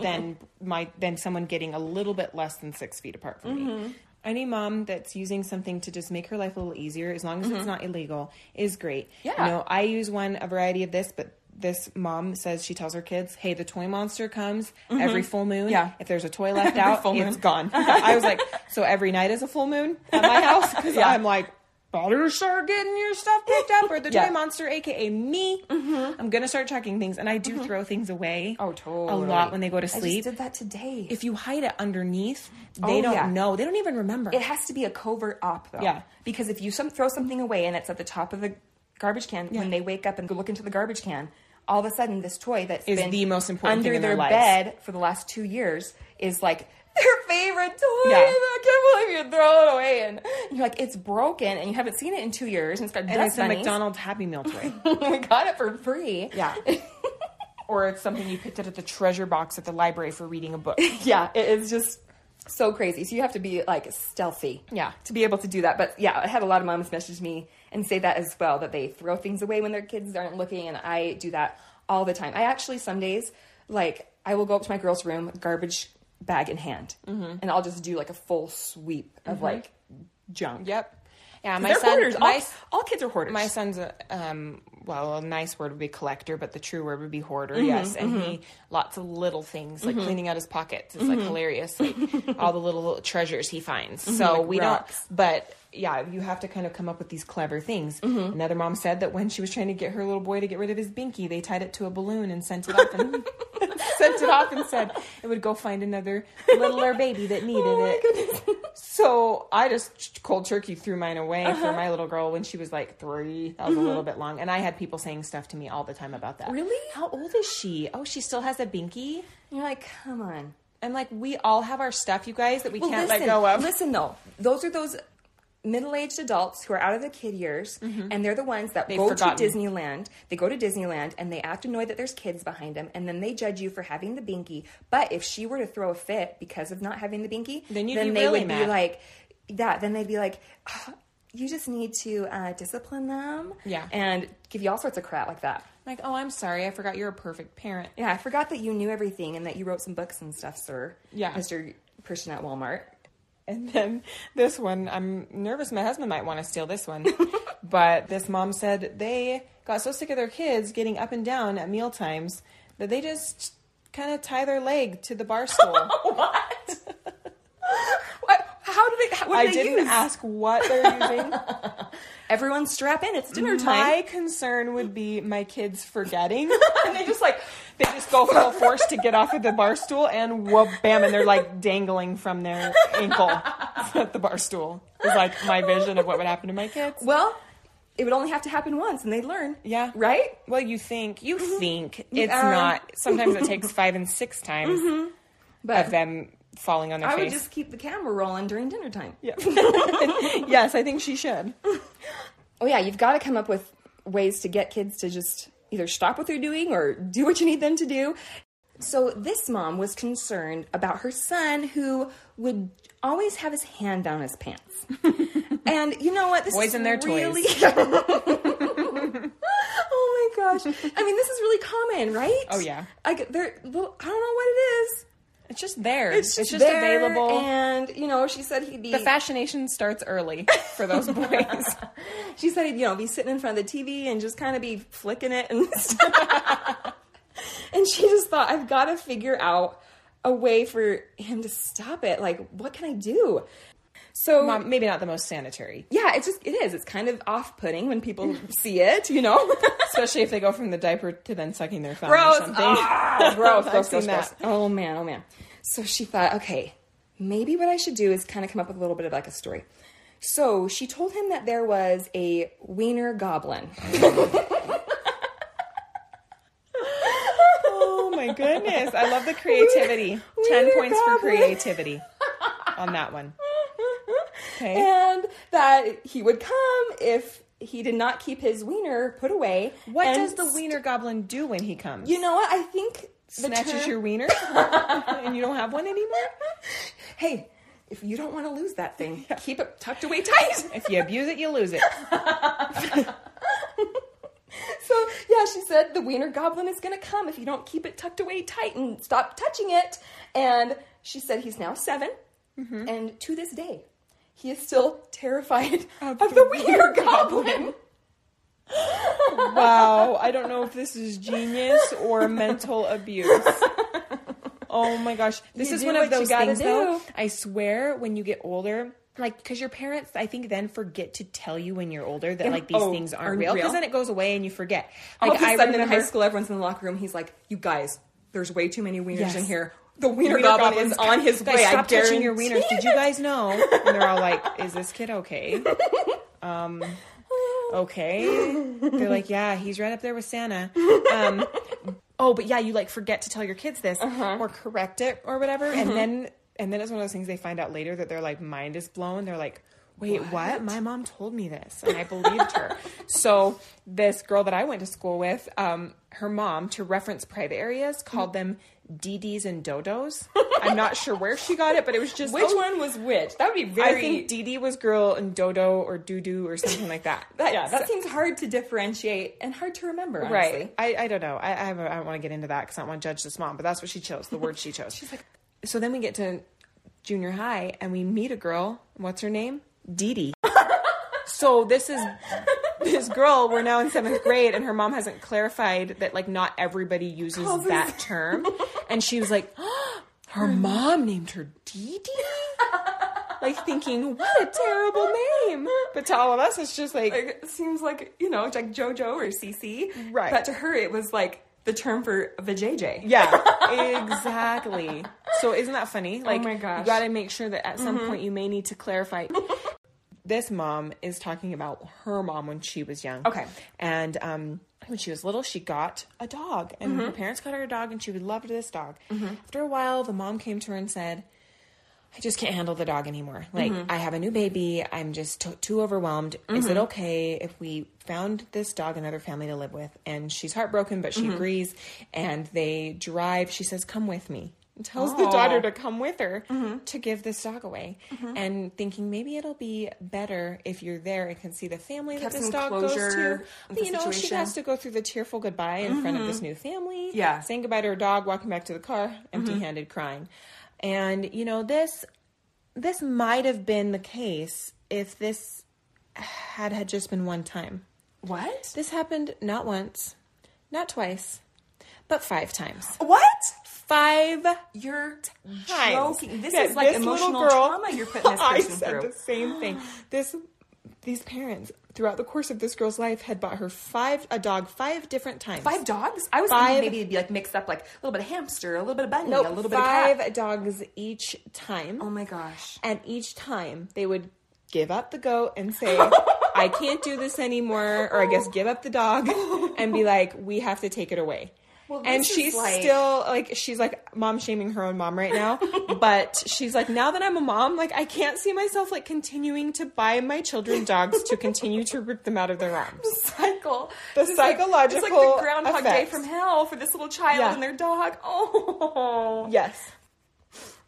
[SPEAKER 1] than my than someone getting a little bit less than six feet apart from
[SPEAKER 2] Mm-hmm.
[SPEAKER 1] me. Any mom that's using something to just make her life a little easier, as long as it's not illegal, is great.
[SPEAKER 2] Mm-hmm. Yeah.
[SPEAKER 1] You know, I use one a variety of this, but this mom says she tells her kids, "Hey, the toy monster comes every full moon.
[SPEAKER 2] Mm-hmm. Yeah.
[SPEAKER 1] If there's a [laughs] toy left out,
[SPEAKER 2] full
[SPEAKER 1] it's [laughs]
[SPEAKER 2] moon.
[SPEAKER 1] gone." I was like, "So every night is a full moon at my [laughs] house?" Because
[SPEAKER 2] Yeah.
[SPEAKER 1] I'm like. Better start getting your stuff picked up, [laughs] or the
[SPEAKER 2] Yeah.
[SPEAKER 1] toy monster, aka me. I'm gonna start checking things, and I do throw things away.
[SPEAKER 2] Oh,
[SPEAKER 1] A
[SPEAKER 2] totally.
[SPEAKER 1] lot when they go to
[SPEAKER 2] I
[SPEAKER 1] sleep.
[SPEAKER 2] just did that today.
[SPEAKER 1] if you hide it underneath, they
[SPEAKER 2] Oh,
[SPEAKER 1] don't
[SPEAKER 2] yeah.
[SPEAKER 1] know. They don't even remember.
[SPEAKER 2] it has to be a covert op though.
[SPEAKER 1] Yeah.
[SPEAKER 2] Because if you some, throw something away and it's at the top of the garbage can, when they wake up and go look into the garbage can, all of a sudden this toy that's
[SPEAKER 1] Is
[SPEAKER 2] been
[SPEAKER 1] the most important
[SPEAKER 2] under
[SPEAKER 1] thing in
[SPEAKER 2] their
[SPEAKER 1] their lives.
[SPEAKER 2] bed for the last two years is like their favorite toy.
[SPEAKER 1] Yeah.
[SPEAKER 2] And I can't believe you throw it away and you're like it's broken and you haven't seen it in two years and it's got
[SPEAKER 1] and
[SPEAKER 2] [laughs] dust
[SPEAKER 1] it's a [laughs]
[SPEAKER 2] bunnies.
[SPEAKER 1] McDonald's Happy Meal toy.
[SPEAKER 2] we got it for free.
[SPEAKER 1] Yeah. [laughs] or it's something you picked up at the treasure box at the library for reading a book.
[SPEAKER 2] yeah, it is just so crazy. So you have to be like stealthy.
[SPEAKER 1] Yeah.
[SPEAKER 2] To be able to do that. But yeah, I had a lot of moms message me and say that as well, that they throw things away when their kids aren't looking. And I do that all the time. I actually, some days, like, I will go up to my girl's room, garbage bag in hand,
[SPEAKER 1] Mm-hmm.
[SPEAKER 2] and I'll just do like a full sweep of like junk.
[SPEAKER 1] Yep. Yeah, Mm-hmm. my
[SPEAKER 2] They're
[SPEAKER 1] son.
[SPEAKER 2] hoarders. All-
[SPEAKER 1] My,
[SPEAKER 2] all, kids are hoarders.
[SPEAKER 1] my son's a, um, well, a nice word would be collector, but the true word would be hoarder.
[SPEAKER 2] Mm-hmm,
[SPEAKER 1] yes, and he lots of little things like cleaning out his pockets. It's
[SPEAKER 2] Mm-hmm.
[SPEAKER 1] like hilarious, like all the little treasures he finds. So
[SPEAKER 2] like
[SPEAKER 1] we
[SPEAKER 2] rocks.
[SPEAKER 1] don't, but. Yeah, you have to kind of come up with these clever things.
[SPEAKER 2] Mm-hmm.
[SPEAKER 1] Another mom said that when she was trying to get her little boy to get rid of his binky, they tied it to a balloon and sent it off and [laughs] sent it off and said it would go find another littler baby that needed
[SPEAKER 2] Oh
[SPEAKER 1] it. So I just cold turkey threw mine away
[SPEAKER 2] Uh-huh.
[SPEAKER 1] for my little girl when she was like three. That was a little bit long, and I had people saying stuff to me all the time about that.
[SPEAKER 2] Mm-hmm. Really?
[SPEAKER 1] How old is she? Oh, she still has a binky.
[SPEAKER 2] You're like, come on.
[SPEAKER 1] I'm like, we all have our stuff, you guys, that we
[SPEAKER 2] Well,
[SPEAKER 1] can't
[SPEAKER 2] listen,
[SPEAKER 1] let go of.
[SPEAKER 2] Listen though, those are those middle-aged adults who are out of the kid years, and they're the ones that
[SPEAKER 1] Mm-hmm. They've
[SPEAKER 2] go to
[SPEAKER 1] forgotten.
[SPEAKER 2] Disneyland. They go to Disneyland and they act annoyed that there's kids behind them, and then they judge you for having the binky. But if she were to throw a fit because of not having the binky,
[SPEAKER 1] Then you'd be
[SPEAKER 2] they
[SPEAKER 1] really
[SPEAKER 2] would be
[SPEAKER 1] mad.
[SPEAKER 2] like, yeah. Then they'd be like. "Ah, you just need to uh, discipline them,
[SPEAKER 1] Yeah.
[SPEAKER 2] and give you all sorts of crap like that.
[SPEAKER 1] like, oh, I'm sorry, I forgot you're a perfect parent.
[SPEAKER 2] Yeah, I forgot that you knew everything and that you wrote some books and stuff, sir.
[SPEAKER 1] Yeah.
[SPEAKER 2] Mister Person at Walmart.
[SPEAKER 1] And then this one, I'm nervous my husband might want to steal this
[SPEAKER 2] [laughs]
[SPEAKER 1] one. but this mom said they got so sick of their kids getting up and down at meal times that they just kind of tie their leg to the
[SPEAKER 2] [laughs]
[SPEAKER 1] bar stool.
[SPEAKER 2] What? what? How do they? How, what do
[SPEAKER 1] I
[SPEAKER 2] they
[SPEAKER 1] didn't
[SPEAKER 2] use?
[SPEAKER 1] ask what they're using.
[SPEAKER 2] Everyone strap in. It's dinner time.
[SPEAKER 1] my concern would be my kids forgetting, [laughs] and they just like they just go full force to get off of the bar stool, and whoop, bam, and they're like dangling from their ankle [laughs] at the bar stool. Is like my vision of what would happen to my kids.
[SPEAKER 2] Well, it would only have to happen once, and they'd learn.
[SPEAKER 1] Yeah.
[SPEAKER 2] Right. Mm-hmm.
[SPEAKER 1] Well, you think you think it's
[SPEAKER 2] Yeah.
[SPEAKER 1] not. Sometimes it
[SPEAKER 2] [laughs]
[SPEAKER 1] takes five and six times
[SPEAKER 2] Mm-hmm. But
[SPEAKER 1] of them falling on their
[SPEAKER 2] I would
[SPEAKER 1] face.
[SPEAKER 2] just keep the camera rolling during dinner time. [laughs]
[SPEAKER 1] Yeah. yes, I think she should.
[SPEAKER 2] Oh yeah, you've got to come up with ways to get kids to just either stop what they're doing or [laughs] do what you need them to do. So this mom was concerned about her son who would always have his hand down his
[SPEAKER 1] [laughs]
[SPEAKER 2] pants. and you know what? This
[SPEAKER 1] Boys
[SPEAKER 2] is
[SPEAKER 1] and their toys.
[SPEAKER 2] really... [laughs] oh my gosh. I mean, this is really common, right?
[SPEAKER 1] Oh, yeah.
[SPEAKER 2] Like they're well, I don't know what it is.
[SPEAKER 1] It's just there.
[SPEAKER 2] It's just, there,
[SPEAKER 1] available.
[SPEAKER 2] And you know, she said he'd be
[SPEAKER 1] the fascination starts early for
[SPEAKER 2] [laughs]
[SPEAKER 1] those boys.
[SPEAKER 2] She said he'd, you know, be sitting in front of the TV and just kind of be flicking it and [laughs] stuff. and she just thought, I've got to figure out a way for him to stop it. Like, what can I do? So,
[SPEAKER 1] Mom, maybe not the most sanitary,
[SPEAKER 2] yeah, it's just, it is. It's kind of off putting when people [laughs] see it,
[SPEAKER 1] [laughs]
[SPEAKER 2] you know?
[SPEAKER 1] especially if they go from the diaper to then sucking their thumb or
[SPEAKER 2] [laughs] gross.
[SPEAKER 1] something. [laughs]
[SPEAKER 2] Ah, gross,
[SPEAKER 1] I've
[SPEAKER 2] gross,
[SPEAKER 1] seen
[SPEAKER 2] gross, gross.
[SPEAKER 1] that.
[SPEAKER 2] Oh man, oh man. So she thought, okay, maybe what I should do is kind of come up with a little bit of like a story. So she told him that there was a wiener goblin.
[SPEAKER 1] Oh my goodness! I [laughs] love the creativity.
[SPEAKER 2] We-
[SPEAKER 1] Ten
[SPEAKER 2] we
[SPEAKER 1] points
[SPEAKER 2] got
[SPEAKER 1] for
[SPEAKER 2] it.
[SPEAKER 1] creativity on that one. Okay.
[SPEAKER 2] And that he would come if he did not keep his wiener put away.
[SPEAKER 1] What
[SPEAKER 2] And
[SPEAKER 1] does the wiener goblin do when he comes?
[SPEAKER 2] You know what? I think the
[SPEAKER 1] Snatches
[SPEAKER 2] term-
[SPEAKER 1] your [laughs] wiener, and you don't have one anymore.
[SPEAKER 2] [laughs] Hey, if you don't want to lose
[SPEAKER 1] [laughs]
[SPEAKER 2] that thing, keep it tucked away tight. [laughs]
[SPEAKER 1] If you abuse it, you lose it.
[SPEAKER 2] So yeah, she said the wiener goblin is gonna come if you don't keep it tucked away tight and stop touching it. And she said he's now 7
[SPEAKER 1] Mm-hmm.
[SPEAKER 2] and to this day, he is still terrified
[SPEAKER 1] [laughs]
[SPEAKER 2] of, the wiener goblin.
[SPEAKER 1] Wow, I don't know if this is genius or mental abuse. Oh my gosh, this
[SPEAKER 2] You
[SPEAKER 1] is
[SPEAKER 2] do
[SPEAKER 1] one of
[SPEAKER 2] what you
[SPEAKER 1] those
[SPEAKER 2] gotta
[SPEAKER 1] things though.
[SPEAKER 2] do.
[SPEAKER 1] I swear, when you get older, like because your parents, I think, then forget to tell you when you're older that
[SPEAKER 2] Yeah.
[SPEAKER 1] like these
[SPEAKER 2] Oh,
[SPEAKER 1] things
[SPEAKER 2] aren't
[SPEAKER 1] aren't real
[SPEAKER 2] real.
[SPEAKER 1] because then it goes away and you forget.
[SPEAKER 2] All
[SPEAKER 1] Like
[SPEAKER 2] of a
[SPEAKER 1] I
[SPEAKER 2] sudden
[SPEAKER 1] remember,
[SPEAKER 2] in high school, everyone's in the locker room. He's like, "You guys, there's way too many wieners
[SPEAKER 1] Yes.
[SPEAKER 2] in here. The
[SPEAKER 1] wiener
[SPEAKER 2] wiener, goblin, is
[SPEAKER 1] goblins-
[SPEAKER 2] on his
[SPEAKER 1] guys,
[SPEAKER 2] way. I
[SPEAKER 1] Stop touching
[SPEAKER 2] guarantee
[SPEAKER 1] your wieners. Did you guys know? And they're all like, "Is this kid
[SPEAKER 2] [laughs]
[SPEAKER 1] okay?" Um, okay. They're like, yeah, he's right up there with Santa. Um, oh, but yeah, you like forget to tell your kids this
[SPEAKER 2] Uh-huh.
[SPEAKER 1] or
[SPEAKER 2] Mm-hmm.
[SPEAKER 1] correct it or whatever, and then and then it's one of those things they find out later that their like mind is blown. They're like, wait, what? My mom told me this, and I believed
[SPEAKER 2] [laughs]
[SPEAKER 1] her. so this girl that I went to school with, um, her mom, to reference private areas, called them DDs and dodos. I'm not sure where she got it, but it was just
[SPEAKER 2] Which
[SPEAKER 1] oh,
[SPEAKER 2] one was which? That would be very.
[SPEAKER 1] I think DD was girl and dodo or doo doo or something like that.
[SPEAKER 2] that, [laughs] yeah, that seems hard to differentiate and hard to remember. Honestly.
[SPEAKER 1] Right. I, I don't know. I, I, have a, I don't want to get into that because I don't want to judge this mom, but that's what she [laughs] chose, the word she chose. She's like, so then we get to junior high and we meet a girl. What's her name? Dee [laughs] Dee. so this is this girl. We're now in seventh grade, and her mom hasn't clarified that like not everybody uses
[SPEAKER 2] Calls us-
[SPEAKER 1] that [laughs] term. And she was like, [gasps] her mom named her Dee [laughs] Dee. Like thinking, what a terrible name. But to all of us, it's just like,
[SPEAKER 2] Like, it seems like you know, like JoJo or CC.
[SPEAKER 1] Right.
[SPEAKER 2] But to her, it was like the term for the JJ.
[SPEAKER 1] [laughs] Yeah, exactly. So isn't that funny? Like,
[SPEAKER 2] Oh my gosh. Mm-hmm.
[SPEAKER 1] you got to make sure that at some point you may need to
[SPEAKER 2] [laughs]
[SPEAKER 1] clarify. this mom is talking about her mom when she was young.
[SPEAKER 2] Okay.
[SPEAKER 1] and um. When she was little, she got a dog, and
[SPEAKER 2] Mm-hmm.
[SPEAKER 1] her parents got her a dog, and she loved this dog. After a while, the mom came to her and said, I just can't handle the dog anymore. Like,
[SPEAKER 2] Mm-hmm.
[SPEAKER 1] I have a new baby. I'm just t- too overwhelmed. Is it okay if we found this dog another family to live with? And she's heartbroken, but she
[SPEAKER 2] Mm-hmm.
[SPEAKER 1] agrees. And they drive. She says, Come with me. And tells the
[SPEAKER 2] Oh.
[SPEAKER 1] daughter to come with her
[SPEAKER 2] Mm-hmm.
[SPEAKER 1] to give this dog away. And thinking maybe it'll be better if you're there and can see the family that
[SPEAKER 2] Have
[SPEAKER 1] this
[SPEAKER 2] some
[SPEAKER 1] dog goes
[SPEAKER 2] closure
[SPEAKER 1] to.
[SPEAKER 2] with
[SPEAKER 1] But
[SPEAKER 2] the
[SPEAKER 1] you know, she
[SPEAKER 2] situation.
[SPEAKER 1] has to go through the tearful goodbye in front of this new family.
[SPEAKER 2] Mm-hmm. Yeah. Mm-hmm.
[SPEAKER 1] Saying goodbye to her dog, walking back to the car, empty handed, crying. And, you know, this this might have been the case if this had had just been one time.
[SPEAKER 2] What?
[SPEAKER 1] This happened not once, not twice, but five times.
[SPEAKER 2] What?
[SPEAKER 1] Five
[SPEAKER 2] You're
[SPEAKER 1] times.
[SPEAKER 2] joking. This
[SPEAKER 1] Yeah,
[SPEAKER 2] is like
[SPEAKER 1] this little
[SPEAKER 2] emotional
[SPEAKER 1] girl-
[SPEAKER 2] trauma you're putting
[SPEAKER 1] [laughs]
[SPEAKER 2] this
[SPEAKER 1] I
[SPEAKER 2] person
[SPEAKER 1] said
[SPEAKER 2] through.
[SPEAKER 1] the same thing. This these parents throughout the course of this girl's life had bought her five a dog five different times.
[SPEAKER 2] Five dogs? I was
[SPEAKER 1] Five-
[SPEAKER 2] thinking maybe it'd be like mixed up, like a little bit of hamster, a little bit of bunny,
[SPEAKER 1] Nope,
[SPEAKER 2] a little bit of
[SPEAKER 1] five
[SPEAKER 2] cat.
[SPEAKER 1] dogs each time.
[SPEAKER 2] Oh my gosh. [laughs]
[SPEAKER 1] And each time they would give up the goat and
[SPEAKER 2] [laughs]
[SPEAKER 1] say, I can't do this anymore, or I guess give up the
[SPEAKER 2] [laughs]
[SPEAKER 1] dog and be like, we have to take it away.
[SPEAKER 2] Well,
[SPEAKER 1] and
[SPEAKER 2] this is
[SPEAKER 1] she's
[SPEAKER 2] like-
[SPEAKER 1] still like she's like mom shaming her own mom right
[SPEAKER 2] [laughs]
[SPEAKER 1] now but she's like now that i'm a mom like i can't see myself like continuing to buy my children dogs to continue to rip them out of their arms
[SPEAKER 2] cycle.
[SPEAKER 1] The
[SPEAKER 2] This is like- It's like
[SPEAKER 1] psychological
[SPEAKER 2] the Groundhog
[SPEAKER 1] effects.
[SPEAKER 2] Day from hell for this little child
[SPEAKER 1] Yeah.
[SPEAKER 2] and their dog. [laughs] Oh,
[SPEAKER 1] yes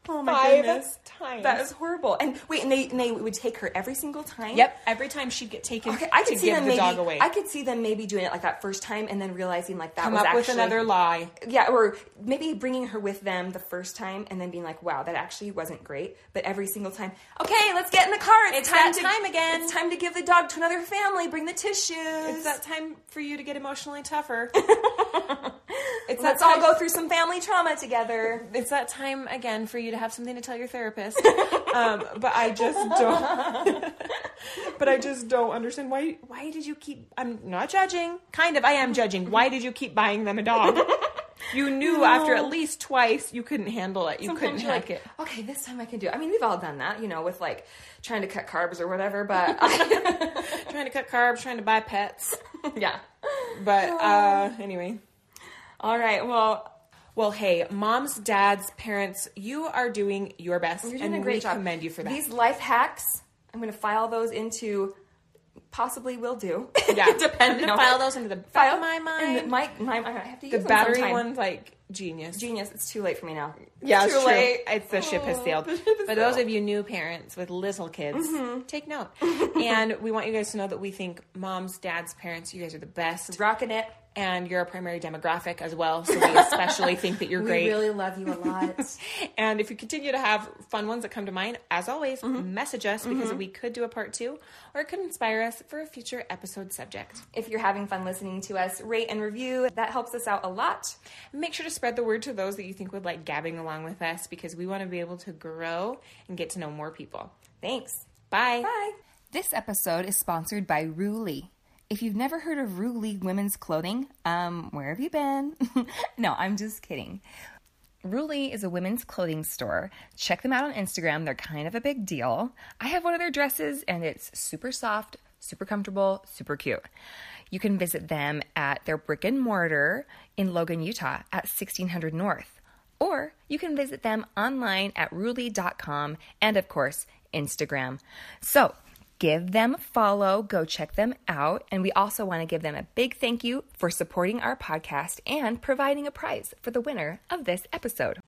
[SPEAKER 2] oh my
[SPEAKER 1] Five
[SPEAKER 2] goodness.
[SPEAKER 1] times.
[SPEAKER 2] That is horrible. And wait, and they, and they would take her every single time?
[SPEAKER 1] every time she'd get taken
[SPEAKER 2] Okay, I could
[SPEAKER 1] to
[SPEAKER 2] see
[SPEAKER 1] give
[SPEAKER 2] them
[SPEAKER 1] the
[SPEAKER 2] maybe,
[SPEAKER 1] dog away
[SPEAKER 2] I could see them maybe doing it like that first time and then realizing like that
[SPEAKER 1] come
[SPEAKER 2] was
[SPEAKER 1] up
[SPEAKER 2] actually
[SPEAKER 1] with another lie
[SPEAKER 2] yeah, or maybe bringing her with them the first time and then being like, wow, that actually wasn't great. But every single time, okay, let's get in the car. It's,
[SPEAKER 1] It's
[SPEAKER 2] time
[SPEAKER 1] that
[SPEAKER 2] to,
[SPEAKER 1] time again.
[SPEAKER 2] It's time to give the dog to another family. Bring the tissues.
[SPEAKER 1] It's that time for you to get emotionally tougher.
[SPEAKER 2] [laughs]
[SPEAKER 1] it's
[SPEAKER 2] let's
[SPEAKER 1] that
[SPEAKER 2] all
[SPEAKER 1] time,
[SPEAKER 2] go through some family
[SPEAKER 1] [laughs]
[SPEAKER 2] trauma together.
[SPEAKER 1] It's that time again for you to have something to tell your therapist. um, but I just don't. [laughs] but I just don't understand why. Why did you keep? I'm not judging. Kind of. I am judging. Why did you keep buying them a dog? You knew after at least twice you couldn't handle it. You couldn't
[SPEAKER 2] Sometimes you're
[SPEAKER 1] hack
[SPEAKER 2] like,
[SPEAKER 1] it.
[SPEAKER 2] Okay, this time I can do it. I mean, we've all done that, you know, with like trying to cut carbs or whatever, but [laughs]
[SPEAKER 1] Trying to cut carbs. Trying to buy pets.
[SPEAKER 2] yeah.
[SPEAKER 1] But uh, anyway.
[SPEAKER 2] All right, well,
[SPEAKER 1] Well, hey, moms, dads, parents, you are doing your best,
[SPEAKER 2] You're doing
[SPEAKER 1] and
[SPEAKER 2] a great
[SPEAKER 1] we
[SPEAKER 2] job.
[SPEAKER 1] commend you for that.
[SPEAKER 2] These life hacks, I'm going to file those into possibly will do. [laughs]
[SPEAKER 1] Yeah,
[SPEAKER 2] depending
[SPEAKER 1] I'm gonna
[SPEAKER 2] on
[SPEAKER 1] file those into the back
[SPEAKER 2] file
[SPEAKER 1] of my
[SPEAKER 2] And
[SPEAKER 1] mind.
[SPEAKER 2] my, my, I have to
[SPEAKER 1] The
[SPEAKER 2] use them
[SPEAKER 1] battery
[SPEAKER 2] sometime.
[SPEAKER 1] one's like genius.
[SPEAKER 2] Genius. It's too late for me now.
[SPEAKER 1] Yeah,
[SPEAKER 2] it's
[SPEAKER 1] it's
[SPEAKER 2] too
[SPEAKER 1] true.
[SPEAKER 2] late.
[SPEAKER 1] It's the ship has
[SPEAKER 2] Oh,
[SPEAKER 1] sailed.
[SPEAKER 2] the ship has
[SPEAKER 1] But those
[SPEAKER 2] sailed.
[SPEAKER 1] of you new parents with little kids, take note. and we want you guys to know that we think moms, dads, parents, you guys are the best,
[SPEAKER 2] Rocking it.
[SPEAKER 1] and you're a primary demographic as well. So we especially think that you're great.
[SPEAKER 2] We really love [laughs] you a lot.
[SPEAKER 1] And if you continue to have fun ones that come to mind, as always, message us because we could do a part two, or it could inspire us for a future episode subject.
[SPEAKER 2] if you're having fun listening to us, rate and review. That helps us out a lot.
[SPEAKER 1] Make sure to spread the word to those that you think would like gabbing along with us because we want to be able to grow and get to know more people.
[SPEAKER 2] Thanks.
[SPEAKER 1] Bye.
[SPEAKER 2] Bye. This episode is sponsored by Ruli. If you've never heard of Ruli women's clothing, um, where have you been? [laughs] no, I'm just kidding. Ruli is a women's clothing store. Check them out on Instagram. They're kind of a big deal. I have one of their dresses and it's super soft, super comfortable, super cute. You can visit them at their brick and mortar in Logan, Utah at 1600 North. Or you can visit them online at ruli.com and, of course, Instagram. So give them a follow, go check them out. And we also want to give them a big thank you for supporting our podcast and providing a prize for the winner of this episode.